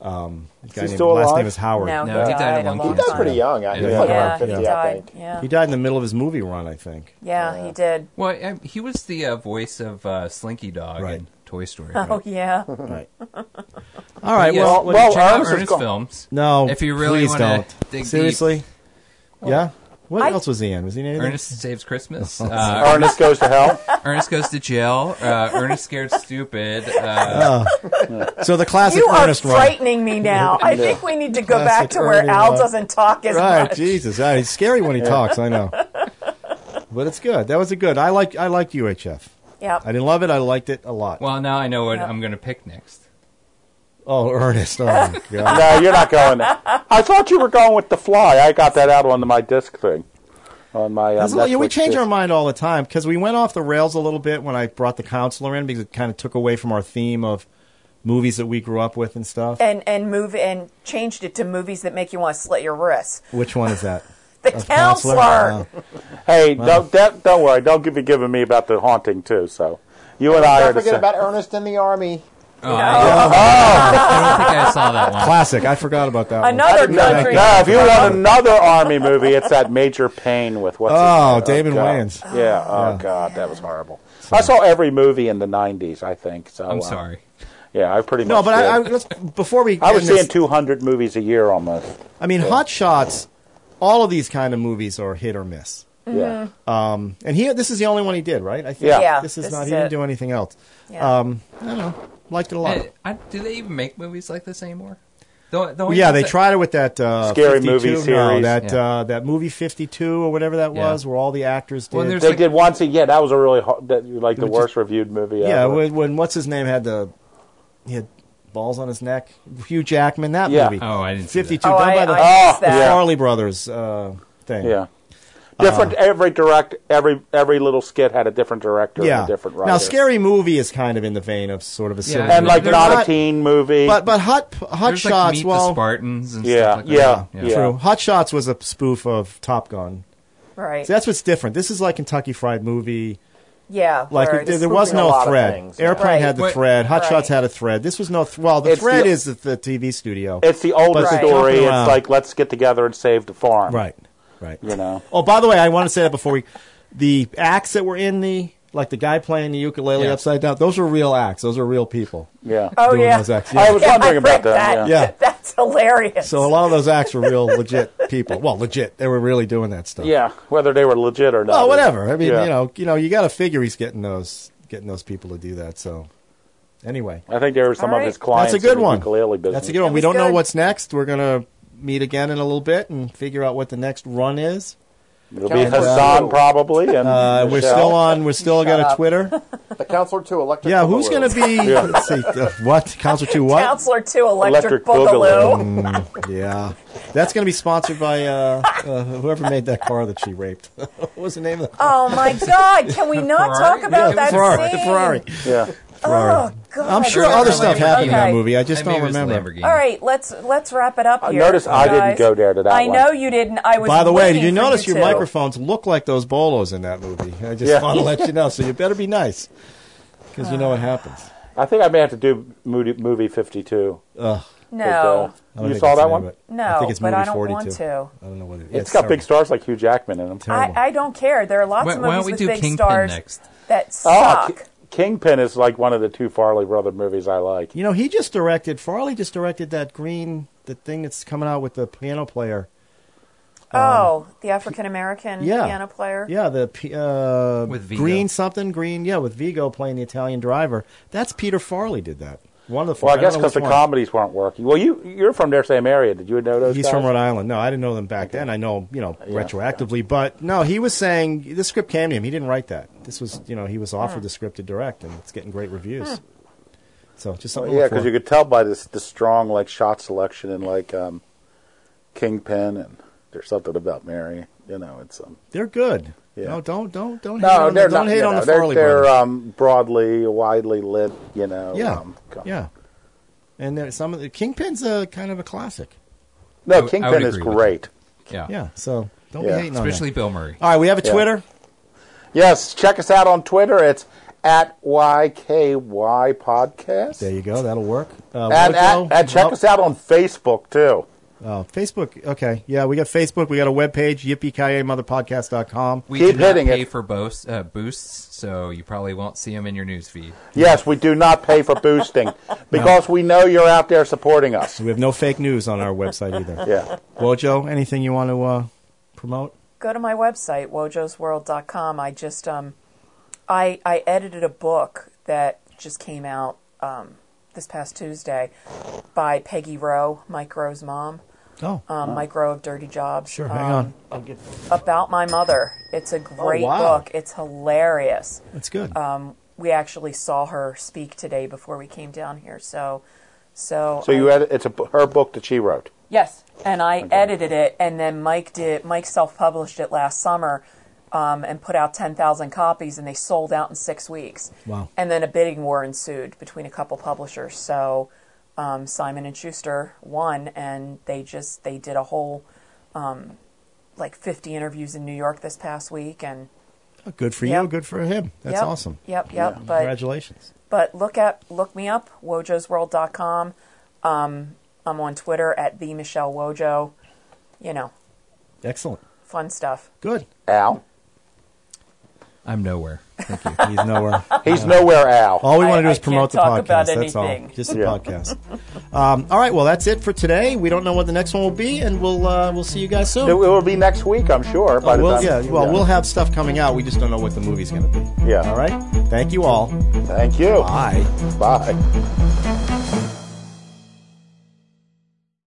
Um, the guy he named- still last alive? name is Howard. no, No, he died died of a lung long cancer. time. pretty young. I, he was Yeah. like Yeah, around he 50, I died. think. Yeah, He died in the middle of his movie run, I think. yeah, he did. Well, I, he was the uh, voice of uh, Slinky Dog Right. in Toy Story. Oh *laughs* yeah. Right. All right. Yes, Well, what- well, check out Ernest is Ernest gone. films. no. if you really please wanna don't. dig deep. seriously. yeah. What I- else was he in? Was he in anything? Ernest Saves Christmas. *laughs* Uh, Ernest Goes to Hell. Ernest Goes to Jail. Uh, Ernest Scared Stupid. Uh, Oh. *laughs* So the classic You are Ernest run. frightening *laughs* me now. I think we need to go back Classic to where Ernie Al Run. doesn't talk *laughs* as Right, much. Jesus, All right, it's scary when he talks. I know, but it's good. That was a good. I like. I liked UHF. I Yep. didn't love it. I liked it a lot. well, now I know what Yeah. I'm going to pick next. oh, Ernest. Oh, my God. No, you're not going there. I thought you were going with The Fly. I got that out on my disc thing. On my. That's um, what- yeah, we Netflix change disc. our mind all the time because we went off the rails a little bit when I brought the counselor in because it kind of took away from our theme of movies that we grew up with and stuff. And and move and changed it to movies that make you want to slit your wrists. Which one is that? The Of counselor. Counselor? Oh. Hey, don't, don't, don't worry. Don't be giving me about the haunting too. So you and I are Don't the forget same. about Ernest in the army. Oh, I, I don't think I saw that *laughs* one. Classic. I forgot about that one. Another no, country. no, if you want another army movie, it's that Major Pain with what's his- Oh, David God. Wayans. Yeah. Oh God, that was horrible. I saw every movie in the '90s. I think. Oh, So I'm uh, sorry. Yeah, I pretty No, much. but I, I, did. let's, before we, I, was end this- seeing 200 movies a year almost. I mean, Hot Shots. All of these kind of movies are hit or miss. Yeah. And he, this is the only one he did, right? I think Yeah. Yeah, this is this not. is he didn't it. do anything else. Yeah. Um, I don't know. Liked it a lot. Eh, I, do they even make movies like this anymore? The, the Well, only Oh, yeah, ones they that- tried it with that uh, Scary 52, movie No, series. that Yeah. uh, that movie Fifty Two or whatever that Yeah. was, where all the actors did. Well, there's They like- did once a yeah, that was a really hard, that, like the was just- worst reviewed movie yeah, ever. when, when what's his name had the he had balls on his neck. Hugh Jackman, that Yeah. movie. Oh, I didn't see that. Fifty Two, Oh, done I, by the Ah, I missed Oh, that. yeah. Farley Brothers uh, thing. yeah. Different Uh-huh. every direct every every little skit had a different director yeah. and a different writer. now, Scary Movie is kind of in the vein of sort of a Yeah. silly and like movie. They're not, not- a teen movie. but but Hot Hot There's like Shots. Meet the well, Spartans and yeah, stuff like yeah, that. yeah, true. Hot Shots was a spoof of Top Gun. Right. So that's what's different. This is like Kentucky Fried Movie. yeah. Like where there, it's there was spoofing a no lot of- thread. things, yeah. Airplane Right. had the Wait, thread. Hot right. Shots had a thread. This was no. Th- well, the It's thread the- is the, the TV studio. it's the older But they jump story. around. It's like let's get together and save the farm. right, right. You know. Oh, by the way, I want to say that before we, the acts that were in the like the guy playing the ukulele Yeah. upside down. Those were real acts. Those are real people. Yeah. Oh doing yeah. those acts. I was *laughs* Yeah, wondering about read that. Yeah. Yeah. That's hilarious. So a lot of those acts were real *laughs* legit people. Well, legit. They were really doing that stuff. Yeah, whether they were legit or not. Well, whatever. I mean, Yeah. you know, you know, you got to figure he's getting those getting those people to do that. So anyway, I think there were some All of right. his clients. That's a good in the one. Ukulele business. That's a good one. That We was don't know good. what's next. We're gonna meet again in a little bit and figure out what the next run is. It'll be Count us Hassan out. probably, and Uh, we're Michelle. still on. We're still got a up. *laughs* Twitter. The counselor too. Electric. Yeah, who's Boogaloo. going to be? *laughs* Let's see, uh, what counselor two? What? Counselor to Electric, Electric Boogaloo. Yeah, that's going to be sponsored by uh, uh, whoever made that car that she raped. *laughs* what was the name of the *laughs* Oh my God! Can we not Ferrari? talk about Yeah, that Ferrari? scene? The Ferrari. Yeah. Oh God! I'm sure It's other a stuff Lamborghini. happened in that Okay. movie. I just Maybe don't it was remember. Lamborghini. All right, let's let's wrap it up here. notice I didn't guys. go there to that I one. know you didn't. I was. By the way, did waiting you for notice you your two. microphones look like those bolos in that movie? I just Yeah. want to let *laughs* you know, so you better be nice because you know what happens. I think I may have to do movie, movie 52. No, I don't You think saw it's that in, one? but No, I think it's but movie I don't 42. want to. I don't know what it is. it's got big stars like Hugh Jackman in them. terrible. I, I don't care. There are lots Why- of why don't movies we with do big Kingpin stars next? that Ah, suck. Ki- Kingpin is like one of the two Farley brother movies I like. You know, he just directed Farley. Just directed that green, the thing that's coming out with the piano player. oh, um, the African American Yeah, piano player. Yeah, the p- uh, With Vigo. green something green. Yeah, with Vigo playing the Italian driver. That's Peter Farley did that. One of the. Well, I, don't guess know because the which one. comedies weren't working. Well, you you're from their same area. Did you know those? He's guys? from Rhode Island. No, I didn't know them back then. I know, you know, retroactively. But no, he was saying this script came to him. He didn't write that. This was, you know, he was Hmm. offered the script to direct, and it's getting great reviews. So just something. to Yeah, look because for. you could tell by this the strong like shot selection and like um, Kingpin and there's something about Mary. You know, it's um. They're good. Yeah. No, don't don't don't hate No, on, they're don't not. hate you on know, the they're, Farley they're brothers. um broadly, widely lit. You know. yeah, Um, com- yeah. And there, some of the Kingpin's a kind of a classic. I No, would- I Kingpin would is agree with great. Yeah. Yeah. So don't be Yeah. hating on Especially that. Bill Murray. All right, we have a Yeah. Twitter. Yes, check us out on Twitter. It's at YKY Podcast. There you go. That'll work. Uh, and, Wojo. and, and check us out on Facebook too. Oh, Facebook. Okay. Yeah, we got Facebook. We got a webpage, yippee We Keep do not hitting pay it. for boasts, uh, boosts, so you probably won't see them in your news feed. Yes, we do not pay for *laughs* boosting because we know you're out there supporting us. We have no fake news on our website either. *laughs* Yeah. Wojo, anything you want to uh, promote? Go to my website wojosworld.com. I just um, I I edited a book that just came out um this past Tuesday by Peggy Rowe, Mike Rowe's mom. Oh, Uh, Um, Mike Rowe of Dirty Jobs. sure. Hang um, on. Oh, About my mother. It's a great wow. book. It's hilarious. That's good. um, we actually saw her speak today before we came down here. So, so, So you edit, it's a, b- her book that she wrote. yes, and I edited it, and then Mike did. Mike self-published it last summer, um, and put out ten thousand copies, and they sold out in six weeks. Wow. And then a bidding war ensued between a couple publishers. So, um, Simon and Schuster won, and they just they did a whole. Um, like 50 interviews in New York this past week, and Oh, good for yep. you. Good for him. That's yep, awesome. Yep, yep. But Congratulations. But look at look me up, wojosworld.com. Um, I'm on Twitter at the Michelle Wojo. You know, Excellent. fun stuff. Good. Al, I'm nowhere. Thank you. He's *laughs* nowhere. he's nowhere. Al. All we want to I- do I is promote can't the talk podcast. about that's all. anything. Just the Yeah. podcast. Um, all right. Well, that's it for today. We don't know what the next one will be, and we'll uh, we'll see you guys soon. It will be next week, I'm sure. By the Oh, We'll- time, yeah, well, we'll have stuff coming out. We just don't know what the movie's going to be. Yeah. All right. Thank you all. Thank you. Bye. Bye.